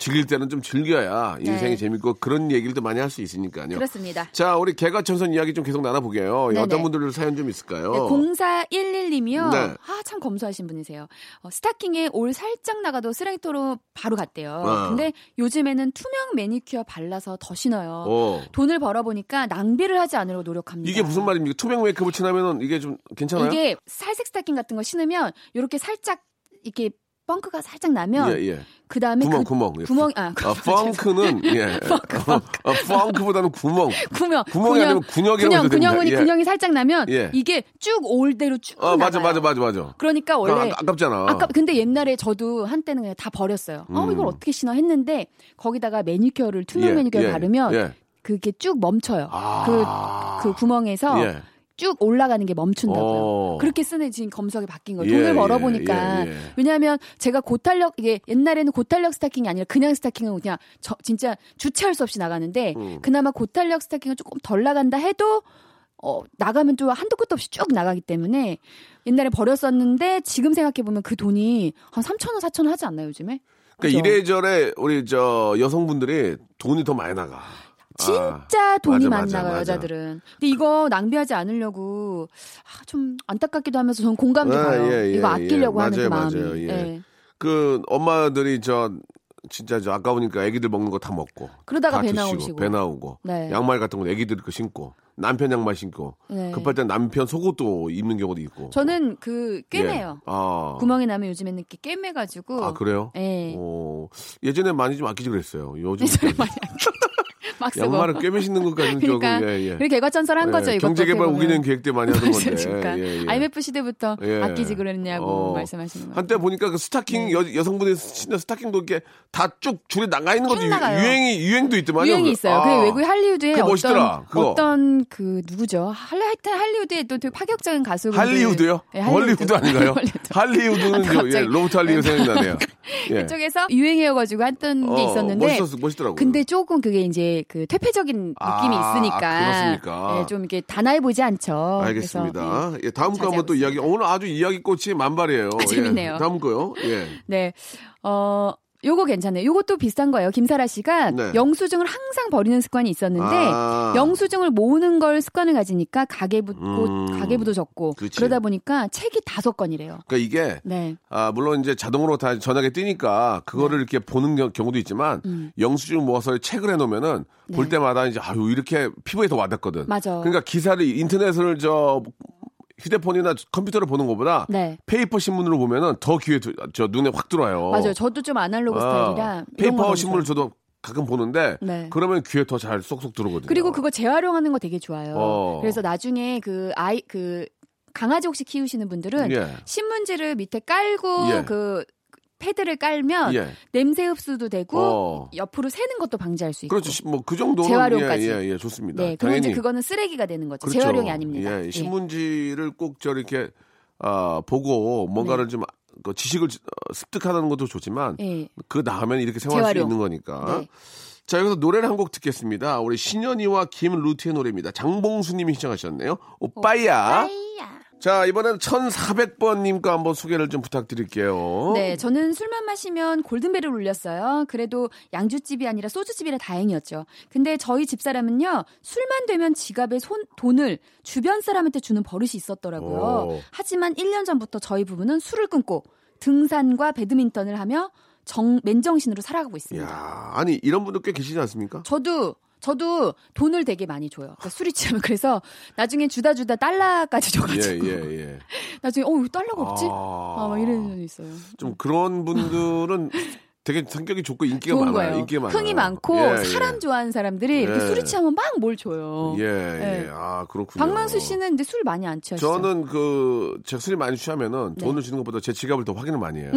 [SPEAKER 3] 즐길 때는 좀 즐겨야 인생이
[SPEAKER 6] 네.
[SPEAKER 3] 재밌고 그런 얘기를 또 많이 할 수 있으니까요.
[SPEAKER 6] 그렇습니다.
[SPEAKER 3] 자, 우리 개가천선 이야기 좀 계속 나눠보게요. 예,
[SPEAKER 6] 네네.
[SPEAKER 3] 어떤 분들 사연 좀 있을까요?
[SPEAKER 6] 네, 0411님이요.
[SPEAKER 3] 어. 네.
[SPEAKER 6] 아, 참 검소하신 분이세요. 어, 스타킹에 올 살짝 나가도 쓰레기통으로 바로 갔대요.
[SPEAKER 3] 어.
[SPEAKER 6] 근데 요즘에는 투명 매니큐어 발라서 더 신어요.
[SPEAKER 3] 어.
[SPEAKER 6] 돈을 벌어보니까 낭비를 하지 않으려고 노력합니다.
[SPEAKER 3] 이게 무슨 말입니까? 투명 메이크업을 칠하면 이게 좀 괜찮아요?
[SPEAKER 6] 이게 살색 스타킹 같은 거 신으면 이렇게 살짝 이렇게 펑크가 살짝 나면
[SPEAKER 3] 예, 예.
[SPEAKER 6] 그다음에
[SPEAKER 3] 구멍,
[SPEAKER 6] 그
[SPEAKER 3] 구멍. 예.
[SPEAKER 6] 구멍 아 (laughs)
[SPEAKER 3] 아, 펑크는 예. 아, 펑크보다는 구멍.
[SPEAKER 6] 구멍
[SPEAKER 3] 구멍이 아니고 근역이라고 해도
[SPEAKER 6] 근역
[SPEAKER 3] 됩니다.
[SPEAKER 6] 근역이
[SPEAKER 3] 예.
[SPEAKER 6] 근역이 살짝 나면
[SPEAKER 3] 예.
[SPEAKER 6] 이게 쭉 올대로 쭉
[SPEAKER 3] 어, 맞아,
[SPEAKER 6] 나가요.
[SPEAKER 3] 맞아, 맞아, 맞아.
[SPEAKER 6] 그러니까 원래
[SPEAKER 3] 아, 아깝잖아.
[SPEAKER 6] 아까 근데 옛날에 저도 한때는 그냥 다 버렸어요. 어 이걸 어떻게 신어 했는데 거기다가 매니큐어를 투명
[SPEAKER 3] 음. 예,
[SPEAKER 6] 매니큐어
[SPEAKER 3] 예,
[SPEAKER 6] 를 바르면
[SPEAKER 3] 예.
[SPEAKER 6] 그게 쭉 멈춰요.
[SPEAKER 3] 아.
[SPEAKER 6] 그, 그 구멍에서
[SPEAKER 3] 예.
[SPEAKER 6] 쭉 올라가는 게 멈춘다고요.
[SPEAKER 3] 어.
[SPEAKER 6] 그렇게 쓰는 지금 검색이 바뀐 거예요.
[SPEAKER 3] 예,
[SPEAKER 6] 돈을
[SPEAKER 3] 예,
[SPEAKER 6] 벌어보니까.
[SPEAKER 3] 예, 예.
[SPEAKER 6] 왜냐하면 제가 고탄력, 이게 옛날에는 고탄력 스타킹이 아니라 그냥 스타킹은 그냥 저- 진짜 주체할 수 없이 나가는데
[SPEAKER 3] 음.
[SPEAKER 6] 그나마 고탄력 스타킹은 조금 덜 나간다 해도 어, 나가면 좀 한도 끝도 없이 쭉 나가기 때문에 옛날에 버렸었는데 지금 생각해보면 그 돈이 한 3천원, 4천원 하지 않나요, 요즘에?
[SPEAKER 3] 그러니까
[SPEAKER 6] 그죠?
[SPEAKER 3] 이래저래 우리 저 여성분들이 돈이 더 많이 나가. 아,
[SPEAKER 6] 진짜 돈이
[SPEAKER 3] 맞아,
[SPEAKER 6] 많이
[SPEAKER 3] 맞아,
[SPEAKER 6] 나가요
[SPEAKER 3] 맞아.
[SPEAKER 6] 여자들은. 근데 이거 낭비하지 않으려고 아, 좀 안타깝기도 하면서 저는 공감도
[SPEAKER 3] 아,
[SPEAKER 6] 가요.
[SPEAKER 3] 예, 예,
[SPEAKER 6] 이거 아끼려고
[SPEAKER 3] 예.
[SPEAKER 6] 하는 그
[SPEAKER 3] 맞아요,
[SPEAKER 6] 마음이.
[SPEAKER 3] 맞아요, 예.
[SPEAKER 6] 예.
[SPEAKER 3] 그 엄마들이 저 진짜 저 아까우니까 애기들 먹는 거 다 먹고
[SPEAKER 6] 그러다가
[SPEAKER 3] 다
[SPEAKER 6] 배
[SPEAKER 3] 드시고,
[SPEAKER 6] 나오시고.
[SPEAKER 3] 배 나오고
[SPEAKER 6] 네.
[SPEAKER 3] 양말 같은 거 애기들 거 신고 남편 양말 신고
[SPEAKER 6] 네.
[SPEAKER 3] 급할 때 남편 속옷도 입는 경우도 있고
[SPEAKER 6] 저는 그 꿰매요.
[SPEAKER 3] 예. 아.
[SPEAKER 6] 구멍이 나면 요즘에는 이렇게 꿰매가지고. (laughs)
[SPEAKER 3] 아 그래요?
[SPEAKER 6] 예.
[SPEAKER 3] 오, 예전에 많이 좀 아끼지 그랬어요.
[SPEAKER 6] (laughs)
[SPEAKER 3] 요즘 그
[SPEAKER 6] 예전에 네, 많이 아끼-
[SPEAKER 3] (laughs)
[SPEAKER 6] 막 쓰고.
[SPEAKER 3] 양말을 꿰매 신는 것까지는
[SPEAKER 6] 그러니까
[SPEAKER 3] 조금 예, 예.
[SPEAKER 6] 그리고 개과천선 한
[SPEAKER 3] 예,
[SPEAKER 6] 거죠. 이것도
[SPEAKER 3] 경제개발
[SPEAKER 6] 어떻게 보면.
[SPEAKER 3] 우기는 계획 때 많이 하던 건데.
[SPEAKER 6] (laughs) 그러니까
[SPEAKER 3] 예, 예.
[SPEAKER 6] IMF 시대부터
[SPEAKER 3] 예.
[SPEAKER 6] 아끼지 그랬냐고
[SPEAKER 3] 어,
[SPEAKER 6] 말씀하시는 거예요.
[SPEAKER 3] 한때 보니까 그 스타킹
[SPEAKER 6] 네.
[SPEAKER 3] 여, 여성분이 신는 스타킹도 이렇게 다 쭉 줄에 나가 있는 것도
[SPEAKER 6] 쭉
[SPEAKER 3] 유-
[SPEAKER 6] 나가요.
[SPEAKER 3] 유행이 유행도 있더만요.
[SPEAKER 6] 유행이 있어요.
[SPEAKER 3] 아.
[SPEAKER 6] 그 외국 할리우드의
[SPEAKER 3] 그거
[SPEAKER 6] 어떤
[SPEAKER 3] 멋있더라, 그거.
[SPEAKER 6] 어떤 그 누구죠? 할리 하여튼 할리우드의 또 되게 파격적인 가수
[SPEAKER 3] 할리우드요? 할리우드
[SPEAKER 6] (laughs)
[SPEAKER 3] 아닌가요? 할리우드는
[SPEAKER 6] 아,
[SPEAKER 3] 저, 예,
[SPEAKER 6] 네, 갑자기.
[SPEAKER 3] 로버트 할리우드
[SPEAKER 6] (laughs)
[SPEAKER 3] 생각나네요. 예.
[SPEAKER 6] 쪽에서 유행이어가지고 했던
[SPEAKER 3] 어,
[SPEAKER 6] 게 있었는데
[SPEAKER 3] 멋있었- 멋있더라고요.
[SPEAKER 6] 근데 조금 그게 이제 그 퇴폐적인 느낌이
[SPEAKER 3] 음. 아,
[SPEAKER 6] 있으니까
[SPEAKER 3] 그렇습니까?
[SPEAKER 6] 예, 좀 이렇게 단아해 보지 않죠. 어, 그래서,
[SPEAKER 3] 알겠습니다.
[SPEAKER 6] 예.
[SPEAKER 3] 예, 다음 거 한번 또
[SPEAKER 6] 자제하고 아,
[SPEAKER 3] 이야기. 오늘 아주 이야기꽃이 만발이에요. 예,
[SPEAKER 6] 재밌네요.
[SPEAKER 3] 다음 거요. 예.
[SPEAKER 6] 네. 어 요거 괜찮아요. 요것도 비슷한 거예요. 김사라 씨가
[SPEAKER 3] 네.
[SPEAKER 6] 영수증을 항상 버리는 습관이 있었는데
[SPEAKER 3] 아.
[SPEAKER 6] 영수증을 모으는 걸 습관을 가지니까 가계부
[SPEAKER 3] 음.
[SPEAKER 6] 가계부도 적고
[SPEAKER 3] 그치.
[SPEAKER 6] 그러다 보니까 책이 다섯 권이래요.
[SPEAKER 3] 그러니까 이게
[SPEAKER 6] 네.
[SPEAKER 3] 아, 물론 이제 자동으로 다 전화기 뜨니까 그거를 이렇게 보는 겨- 경우도 있지만 영수증 모아서 책을 해놓으면은 볼
[SPEAKER 6] 음. 네.
[SPEAKER 3] 때마다 이제 아유 이렇게 피부에 더 와닿거든.
[SPEAKER 6] 맞아.
[SPEAKER 3] 그러니까 기사를 인터넷을 저 휴대폰이나 컴퓨터로 보는 것보다
[SPEAKER 6] 네.
[SPEAKER 3] 페이퍼 신문으로 보면은 더 귀에 들- 저 눈에 확 들어와요.
[SPEAKER 6] 맞아요. 저도 좀 아날로그 스타일이라
[SPEAKER 3] 아,
[SPEAKER 6] 이런 거
[SPEAKER 3] 페이퍼
[SPEAKER 6] 너무
[SPEAKER 3] 신문을
[SPEAKER 6] 좋아요.
[SPEAKER 3] 저도 가끔 보는데
[SPEAKER 6] 네.
[SPEAKER 3] 그러면 귀에 더 잘 쏙쏙 들어오거든요.
[SPEAKER 6] 그리고 그거 재활용하는 거 되게 좋아요.
[SPEAKER 3] 어.
[SPEAKER 6] 그래서 나중에 그 아이 그 강아지 혹시 키우시는 분들은
[SPEAKER 3] 예.
[SPEAKER 6] 신문지를 밑에 깔고
[SPEAKER 3] 예.
[SPEAKER 6] 그 패드를 깔면
[SPEAKER 3] 예.
[SPEAKER 6] 냄새 흡수도 되고
[SPEAKER 3] 어.
[SPEAKER 6] 옆으로 새는 것도 방지할 수 있고.
[SPEAKER 3] 그렇죠. 뭐 그 정도는
[SPEAKER 6] 재활용까지.
[SPEAKER 3] 예, 예, 예, 좋습니다.
[SPEAKER 6] 네, 그럼
[SPEAKER 3] 당연히
[SPEAKER 6] 이제 그거는 쓰레기가 되는 거죠.
[SPEAKER 3] 그렇죠.
[SPEAKER 6] 재활용이 아닙니다.
[SPEAKER 3] 예,
[SPEAKER 6] 예.
[SPEAKER 3] 신문지를 꼭 저렇게 아, 보고
[SPEAKER 6] 네.
[SPEAKER 3] 뭔가를 좀 그 지식을 지- 어, 습득하는 것도 좋지만
[SPEAKER 6] 예.
[SPEAKER 3] 그 다음엔 이렇게 생활할 수
[SPEAKER 6] 재활용.
[SPEAKER 3] 있는 거니까.
[SPEAKER 6] 네.
[SPEAKER 3] 자, 여기서 노래를 한 곡 듣겠습니다. 우리 신현이와 김루티의 노래입니다. 장봉수님이 시청하셨네요. 오빠야. 자, 이번엔 1400번님과 한번 소개를 좀 부탁드릴게요.
[SPEAKER 6] 네, 저는 술만 마시면 골든벨을 울렸어요. 그래도 양주집이 아니라 소주집이라 다행이었죠. 근데 저희 집사람은요, 술만 되면 지갑에 손, 돈을 주변 사람한테 주는 버릇이 있었더라고요.
[SPEAKER 3] 오.
[SPEAKER 6] 하지만 1년 전부터 저희 부부는 술을 끊고 등산과 배드민턴을 하며 정, 맨정신으로 살아가고 있습니다.
[SPEAKER 3] 야 아니, 이런 분들 꽤 계시지 않습니까?
[SPEAKER 6] 저도 저도 돈을 되게 많이 줘요. 그러니까 술이 취하면 그래서 나중에 주다 주다 달러까지
[SPEAKER 3] 예,
[SPEAKER 6] 줘가지고
[SPEAKER 3] 예, 예.
[SPEAKER 6] (laughs) 나중에 어왜 달러가 아, 없지?
[SPEAKER 3] 아.
[SPEAKER 6] 아, 막 이런 일이 있어요.
[SPEAKER 3] 좀 그런 분들은 되게 성격이 좋고 인기가
[SPEAKER 6] 좋은
[SPEAKER 3] 많아요.
[SPEAKER 6] 거예요.
[SPEAKER 3] 인기가 많아요.
[SPEAKER 6] 흥이 많고
[SPEAKER 3] 예, 예.
[SPEAKER 6] 사람 좋아하는 사람들이 이렇게
[SPEAKER 3] 예.
[SPEAKER 6] 술이 취하면 막 뭘 줘요.
[SPEAKER 3] 예, 예.
[SPEAKER 6] 예.
[SPEAKER 3] 아, 그렇군요.
[SPEAKER 6] 박만수 씨는 근데 술 많이 안 취하시죠?
[SPEAKER 3] 저는 그, 제가 술이 많이 취하면은
[SPEAKER 6] 네.
[SPEAKER 3] 돈을 주는 것보다 제 지갑을 더 확인을 많이
[SPEAKER 6] (laughs)
[SPEAKER 3] 해요.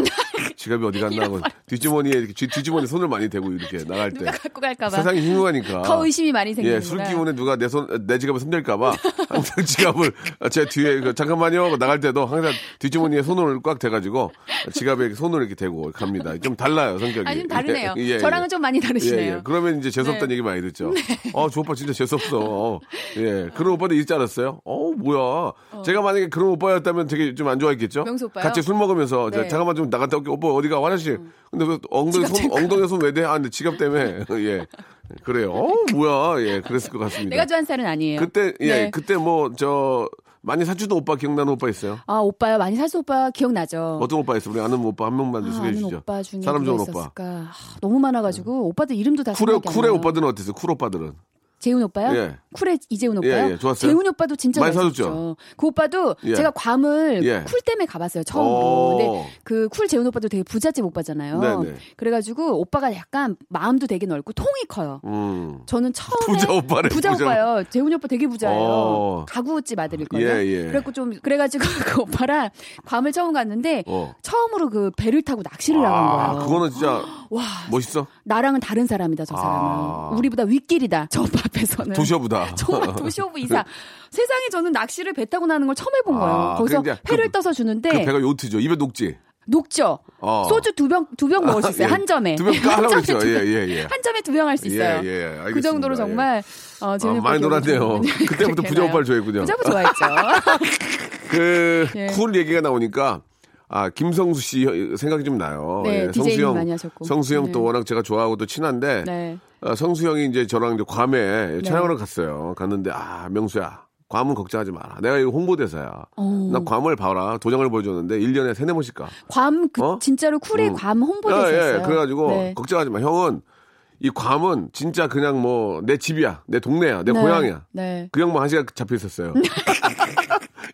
[SPEAKER 3] 지갑이 어디 갔나 하고 뒷주머니에, 이렇게 뒤- 뒷주머니에 손을 많이 대고 이렇게 나갈 때.
[SPEAKER 6] 누가 갖고 갈까봐
[SPEAKER 3] 네. 세상이 흉흉하니까.
[SPEAKER 6] 더 의심이 많이
[SPEAKER 3] 예, 술
[SPEAKER 6] 생기는구나.
[SPEAKER 3] 기운에 누가 내 손 내 지갑을 손댈까봐 항상 (laughs) 지갑을 제 뒤에 그 잠깐만요 하고 나갈 때도 항상 뒷주머니에 손을 꽉 대가지고 지갑에 손을 이렇게 대고 갑니다. 좀 달라요 성격이.
[SPEAKER 6] 아니 좀 다르네요.
[SPEAKER 3] 예, 예,
[SPEAKER 6] 저랑은
[SPEAKER 3] 예.
[SPEAKER 6] 좀 많이 다르시네요.
[SPEAKER 3] 예, 예. 그러면 이제 재수없다는
[SPEAKER 6] 네.
[SPEAKER 3] 얘기 많이 듣죠. 어, 저 오빠 진짜 재수없어. 어. 예. 그런 오빠도 있지 않았어요? 어, 뭐야. 제가 만약에 그런 오빠였다면 되게 좀 안 좋아했겠죠?
[SPEAKER 6] 명수 오빠요?
[SPEAKER 3] 같이 술 먹으면서 자,
[SPEAKER 6] 네. 음.
[SPEAKER 3] 잠깐만 좀 나갔다 올게. 오빠 어디가? 화장실. 근데 왜 엉덩이 손, 엉덩이 손 왜 대? 아, 근데 지갑 때문에. (laughs) 예. 그래요. 어, 뭐야. 예. 그랬을 것 같습니다.
[SPEAKER 6] 내가 좋아하는 살은 아니에요.
[SPEAKER 3] 그때, 예.
[SPEAKER 6] 네.
[SPEAKER 3] 그때 뭐, 저, 많이 사주던 오빠 기억나는 오빠 있어요?
[SPEAKER 6] 아 오빠요 많이 사수 오빠 기억나죠?
[SPEAKER 3] 어떤 오빠 있어요? 우리 아는 오빠 한 명만
[SPEAKER 6] 아,
[SPEAKER 3] 소개해
[SPEAKER 6] 아는
[SPEAKER 3] 주시죠.
[SPEAKER 6] 오빠 중에
[SPEAKER 3] 사람 좋은
[SPEAKER 6] 누가
[SPEAKER 3] 오빠. 예.
[SPEAKER 6] 있었을까? 아, 너무 많아가지고 오빠들 이름도 다
[SPEAKER 3] 쿨의,
[SPEAKER 6] 생각이 안
[SPEAKER 3] 쿨의
[SPEAKER 6] 나요.
[SPEAKER 3] 오빠들은 어땠어요? 쿨 오빠들은.
[SPEAKER 6] 재훈 오빠요?
[SPEAKER 3] 예.
[SPEAKER 6] 쿨의 이재훈 오빠요?
[SPEAKER 3] 예, 예, 좋았어요?
[SPEAKER 6] 재훈 오빠도 진짜
[SPEAKER 3] 많이
[SPEAKER 6] 맛있었죠.
[SPEAKER 3] 사줬죠?
[SPEAKER 6] 그 오빠도
[SPEAKER 3] 예.
[SPEAKER 6] 제가 괌을
[SPEAKER 3] 예.
[SPEAKER 6] 쿨 때문에 가봤어요
[SPEAKER 3] 오.
[SPEAKER 6] 처음으로. 근데 그 쿨 재훈 오빠도 되게 부잣집 오빠잖아요.
[SPEAKER 3] 네네.
[SPEAKER 6] 그래가지고 오빠가 약간 마음도 되게 넓고 통이 커요.
[SPEAKER 3] 음.
[SPEAKER 6] 저는 처음에
[SPEAKER 3] 부자 오빠래,
[SPEAKER 6] 부자
[SPEAKER 3] 부자.
[SPEAKER 6] 오빠요. 재훈이 오빠 되게 부자예요.
[SPEAKER 3] 어.
[SPEAKER 6] 가구집 아들일 거예요.
[SPEAKER 3] 예, 예.
[SPEAKER 6] 그래갖고 좀 그래가지고 (laughs) 그 오빠랑 괌을 처음 갔는데
[SPEAKER 3] 어.
[SPEAKER 6] 처음으로 그 배를 타고 낚시를
[SPEAKER 3] 아,
[SPEAKER 6] 나간 거예요.
[SPEAKER 3] 그거는 진짜
[SPEAKER 6] 와
[SPEAKER 3] 멋있어.
[SPEAKER 6] 나랑은 다른 사람이다 저 사람은
[SPEAKER 3] 아.
[SPEAKER 6] 우리보다 윗길이다 저 오빠 앞에서는 (laughs)
[SPEAKER 3] 도시어부다.
[SPEAKER 6] 정말 네. 도시오브 이상 세상에 저는 낚시를 배 타고 나는 걸 처음 해본 거예요
[SPEAKER 3] 아,
[SPEAKER 6] 거기서
[SPEAKER 3] 그러니까 그-
[SPEAKER 6] 회를 떠서
[SPEAKER 3] (laughs)
[SPEAKER 6] 주는데
[SPEAKER 3] 그 배가 요트죠. 입에 녹지.
[SPEAKER 6] 녹죠
[SPEAKER 3] 어.
[SPEAKER 6] 소주 두 병 두 병 먹을 수
[SPEAKER 3] (laughs)
[SPEAKER 6] 있어요
[SPEAKER 3] 예.
[SPEAKER 6] 한 점에
[SPEAKER 3] 두병 까라고
[SPEAKER 6] 한
[SPEAKER 3] 그랬죠.
[SPEAKER 6] 점에 두 병.
[SPEAKER 3] 예, 예, 예.
[SPEAKER 6] 한 점에 두 병 할 수 있어요
[SPEAKER 3] 예, 예, 알겠습니다.
[SPEAKER 6] 그 정도로 정말 어, 재밌는
[SPEAKER 3] 아, 많이 놀았네요. 그때부터 부자 오빠를 좋아했군요.
[SPEAKER 6] 부자
[SPEAKER 3] (laughs)
[SPEAKER 6] 오빠 좋아했죠
[SPEAKER 3] 그,
[SPEAKER 6] (laughs) 예.
[SPEAKER 3] 쿨 얘기가 나오니까, 아, 김성수 씨 생각이 좀 나요. 예,
[SPEAKER 6] 네, DJ 님
[SPEAKER 3] 성수 형,
[SPEAKER 6] 많이 하셨고.
[SPEAKER 3] 성수 형 또
[SPEAKER 6] 네.
[SPEAKER 3] 워낙 제가 좋아하고 또 친한데,
[SPEAKER 6] 네.
[SPEAKER 3] 아, 성수 형이 이제 저랑 이제 괌에 촬영하러 갔어요. 갔는데, 아, 명수야. 괌은 걱정하지 마라. 내가 이거 홍보대사야.
[SPEAKER 6] 어.
[SPEAKER 3] 나 괌을 봐라. 도장을 보여줬는데, 1년에 세네 번씩 가.
[SPEAKER 6] 괌 그,
[SPEAKER 3] 어?
[SPEAKER 6] 진짜로 쿨의
[SPEAKER 3] 음.
[SPEAKER 6] 괌 홍보대사였어요
[SPEAKER 3] 그래가지고
[SPEAKER 6] 네.
[SPEAKER 3] 걱정하지 마. 형은 이 괌은 진짜 그냥 뭐 내 집이야, 내 동네야, 내
[SPEAKER 6] 네.
[SPEAKER 3] 고향이야.
[SPEAKER 6] 네.
[SPEAKER 3] 그 형만 한 시간 잡혀 있었어요.
[SPEAKER 6] (laughs)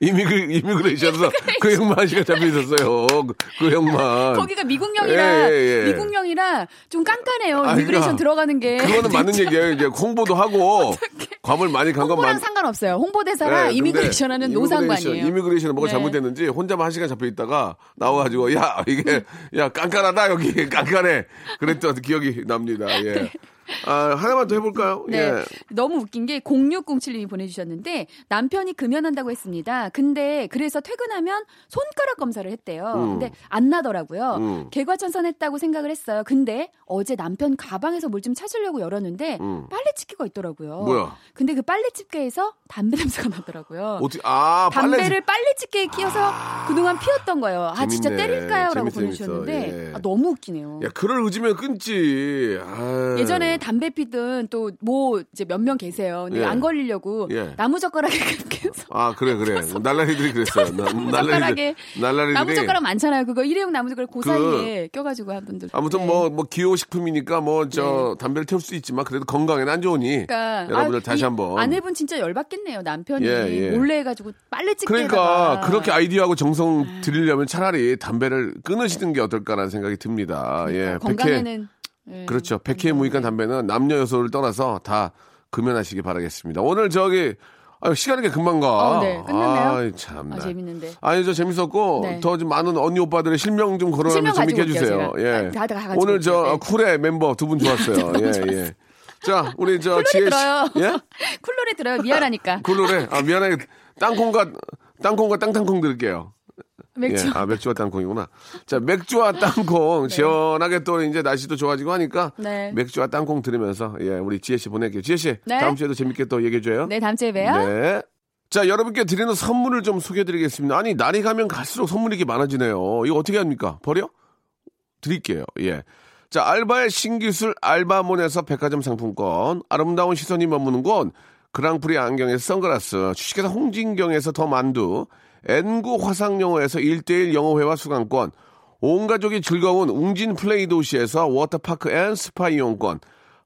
[SPEAKER 3] 이미그 이미그레이션에서 그 형만 한 시간 잡혀 있었어요. 그, 그 형만.
[SPEAKER 6] 거기가 미국령이라
[SPEAKER 3] 예, 예, 예.
[SPEAKER 6] 미국령이라 좀 깐깐해요.
[SPEAKER 3] 아, 그러니까
[SPEAKER 6] 이미그레이션 들어가는 게
[SPEAKER 3] 그거는 맞는 얘기예요. 이제 홍보도 하고 괌을 많이 간 건
[SPEAKER 6] 홍보랑
[SPEAKER 3] 많.
[SPEAKER 6] 상관없어요. 홍보대사랑
[SPEAKER 3] 예,
[SPEAKER 6] 네, 이미그레이션하는
[SPEAKER 3] 근데
[SPEAKER 6] 노상관이에요.
[SPEAKER 3] 이미그레이션, 이미그레이션은 뭐가
[SPEAKER 6] 네.
[SPEAKER 3] 잘못됐는지 혼자만 한 시간 잡혀 있다가 나와가지고 야 이게 야 깐깐하다 여기 (laughs) 깐깐해 그랬던 기억이 납니다. 예. 아 하나만 더 해볼까요?
[SPEAKER 6] 네.
[SPEAKER 3] 예.
[SPEAKER 6] 너무 웃긴 게 0607님이 보내주셨는데 남편이 금연한다고 했습니다. 근데 그래서 퇴근하면 손가락 검사를 했대요. 근데 안 나더라고요.
[SPEAKER 3] 음.
[SPEAKER 6] 개과천선했다고 생각을 했어요. 근데 어제 남편 가방에서 뭘 좀 찾으려고 열었는데
[SPEAKER 3] 음.
[SPEAKER 6] 빨래집게가 있더라고요.
[SPEAKER 3] 뭐야?
[SPEAKER 6] 근데 그 빨래집게에서 담배 냄새가 나더라고요.
[SPEAKER 3] 어떻게 아 빨래 아,
[SPEAKER 6] 담배를 빨래집게에 끼워서 그동안 피웠던 거예요. 아 진짜
[SPEAKER 3] 재밌네.
[SPEAKER 6] 때릴까요? 라고
[SPEAKER 3] 재밌어,
[SPEAKER 6] 보내주셨는데
[SPEAKER 3] 재밌어. 예.
[SPEAKER 6] 아, 너무 웃기네요.
[SPEAKER 3] 야 그를 의지면 끊지. 아.
[SPEAKER 6] 예전에 담배 피든 또 뭐 이제 몇 명 계세요. 근데
[SPEAKER 3] 예.
[SPEAKER 6] 안 걸리려고
[SPEAKER 3] 예.
[SPEAKER 6] 나무젓가락에 계속
[SPEAKER 3] 아 그래 그래
[SPEAKER 6] (laughs)
[SPEAKER 3] 날라리들이 그랬어요. 나- 날라리들
[SPEAKER 6] 나무젓가락에
[SPEAKER 3] 날라리들이
[SPEAKER 6] 나무젓가락 많잖아요. 그거 일회용 나무젓가락 그 사이에 껴가지고 한 분들.
[SPEAKER 3] 아무튼
[SPEAKER 6] 네.
[SPEAKER 3] 뭐 뭐 기호 식품이니까 뭐 저 담배를 태울 수 있지만 그래도 건강에는 안 좋으니
[SPEAKER 6] 그러니까
[SPEAKER 3] 여러분들
[SPEAKER 6] 아,
[SPEAKER 3] 다시
[SPEAKER 6] 이
[SPEAKER 3] 한번
[SPEAKER 6] 아내분 진짜 열받겠네요. 남편이
[SPEAKER 3] 예, 예.
[SPEAKER 6] 몰래 해가지고 빨래 집게에다가
[SPEAKER 3] 그러니까 그렇게 아이디어하고 정성 드리려면 차라리 담배를 끊으시는 게 어떨까라는 생각이 듭니다. 예, 백해
[SPEAKER 6] 그러니까 어, 건강에는 예.
[SPEAKER 3] 그렇죠. 백해 무익한 담배는 남녀 여소를 떠나서 다 금연하시기 바라겠습니다. 오늘 저기 아유, 시간이 게 금방 가.
[SPEAKER 6] 어, 네. 끝났네요?
[SPEAKER 3] 아이, 참나.
[SPEAKER 6] 아, 재밌는데.
[SPEAKER 3] 아니 저 재밌었고
[SPEAKER 6] 네.
[SPEAKER 3] 더좀 많은 언니 오빠들의 실명 좀
[SPEAKER 6] 실명
[SPEAKER 3] 거론하면서 재밌게
[SPEAKER 6] 가지고
[SPEAKER 3] 해주세요.
[SPEAKER 6] 올게요,
[SPEAKER 3] 예.
[SPEAKER 6] 제가. 아, 다- 다 가지고
[SPEAKER 3] 오늘 저
[SPEAKER 6] 올게요.
[SPEAKER 3] 어,
[SPEAKER 6] 네.
[SPEAKER 3] 쿨의 멤버 두 분
[SPEAKER 6] (laughs)
[SPEAKER 3] 좋았어요. 예 예. 자 우리 저 지혜
[SPEAKER 6] 들어요.
[SPEAKER 3] 씨. 예?
[SPEAKER 6] (laughs) 쿨 노래 들어요. 미안하니까.
[SPEAKER 3] 그 노래 아 미안하게 땅콩과 땅콩과 땅땅콩 들을게요.
[SPEAKER 6] 맥주.
[SPEAKER 3] 예, 아, 맥주와 땅콩이구나. 자, 맥주와
[SPEAKER 6] (laughs)
[SPEAKER 3] 땅콩. 시원하게 또 이제 날씨도 좋아지고 하니까.
[SPEAKER 6] 네.
[SPEAKER 3] 맥주와 땅콩 들으면서, 예, 우리 지혜씨 보낼게요. 지혜씨.
[SPEAKER 6] 네.
[SPEAKER 3] 다음 주에도 재밌게 또 얘기해줘요.
[SPEAKER 6] 네, 다음 주에 봬요.
[SPEAKER 3] 네. 자, 여러분께 드리는 선물을 좀 소개해드리겠습니다. 아니, 날이 가면 갈수록 선물이 이렇게 많아지네요. 이거 어떻게 합니까? 버려? 드릴게요. 예. 자, 알바의 신기술 알바몬에서 백화점 상품권, 아름다운 시선이 머무는 곳, 그랑프리 안경에서 선글라스, 주식회사 홍진경에서 더 만두, N구 화상영어에서 1대1 영어회화 수강권, 온 가족이 즐거운 웅진 플레이 도시에서 워터파크 앤 스파 이용권,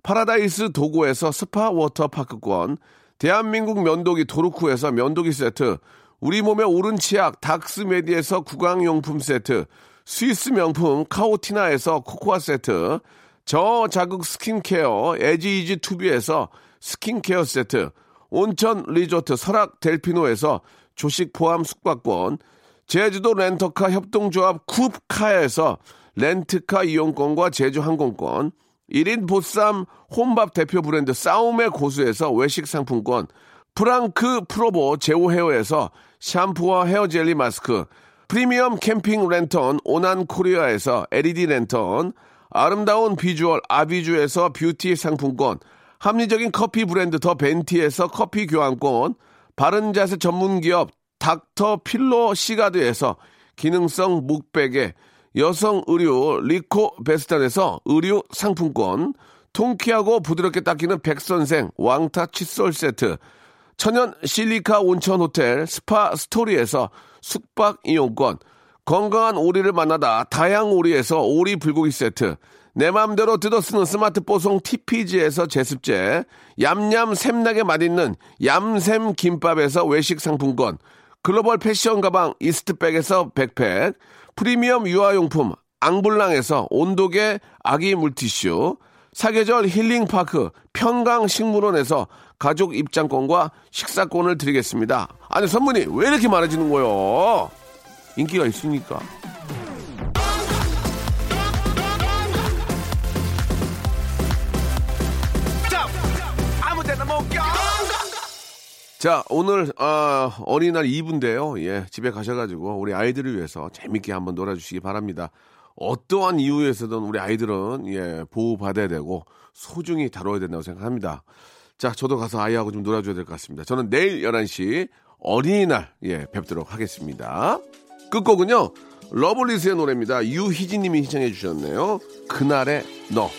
[SPEAKER 3] 파라다이스 도구에서 스파 워터파크권, 대한민국 면도기 도루쿠에서 면도기 세트, 우리 몸의 오른 치약 닥스메디에서 구강용품 세트, 스위스 명품 카오티나에서 코코아 세트, 저자극 스킨케어 에지이지 투비에서 스킨케어 세트, 온천 리조트 설악 델피노에서 조식 포함 숙박권, 제주도 렌터카 협동조합 쿱카에서 렌트카 이용권과 제주항공권, 1인 보쌈 혼밥 대표 브랜드 싸움의 고수에서 외식 상품권, 프랑크 프로보 제오 헤어에서 샴푸와 헤어 젤리 마스크, 프리미엄 캠핑 랜턴 오난 코리아에서 LED 랜턴, 아름다운 비주얼 아비주에서 뷰티 상품권, 합리적인 커피 브랜드 더 벤티에서 커피 교환권, 바른 자세 전문 기업 닥터 필로 시가드에서 기능성 목베개, 여성 의류 리코 베스탄에서 의류 상품권, 통키하고 부드럽게 닦이는 백선생 왕타 칫솔 세트, 천연 실리카 온천 호텔 스파 스토리에서 숙박 이용권, 건강한 오리를 만나다 다양 오리에서 오리 불고기 세트, 내 맘대로 뜯어 쓰는 스마트 뽀송 TPG에서 제습제, 얌얌 샘나게 맛있는 얌샘 김밥에서 외식 상품권, 글로벌 패션 가방 이스트백에서 백팩, 프리미엄 유아용품 앙블랑에서 온도계 아기 물티슈, 사계절 힐링파크 평강식물원에서 가족 입장권과 식사권을 드리겠습니다. 아니 선물이 왜 이렇게 많아지는 거요? 인기가 있으니까. 자, 오늘, 아, 어린이날 2부인데요. 예, 집에 가셔가지고 우리 아이들을 위해서 재밌게 한번 놀아주시기 바랍니다. 어떠한 이유에서든 우리 아이들은, 예, 보호받아야 되고 소중히 다뤄야 된다고 생각합니다. 자, 저도 가서 아이하고 좀 놀아줘야 될 것 같습니다. 저는 내일 11시 어린이날, 예, 뵙도록 하겠습니다. 끝곡은요, 러블리스의 노래입니다. 유희진님이 신청해 주셨네요. 그날의 너.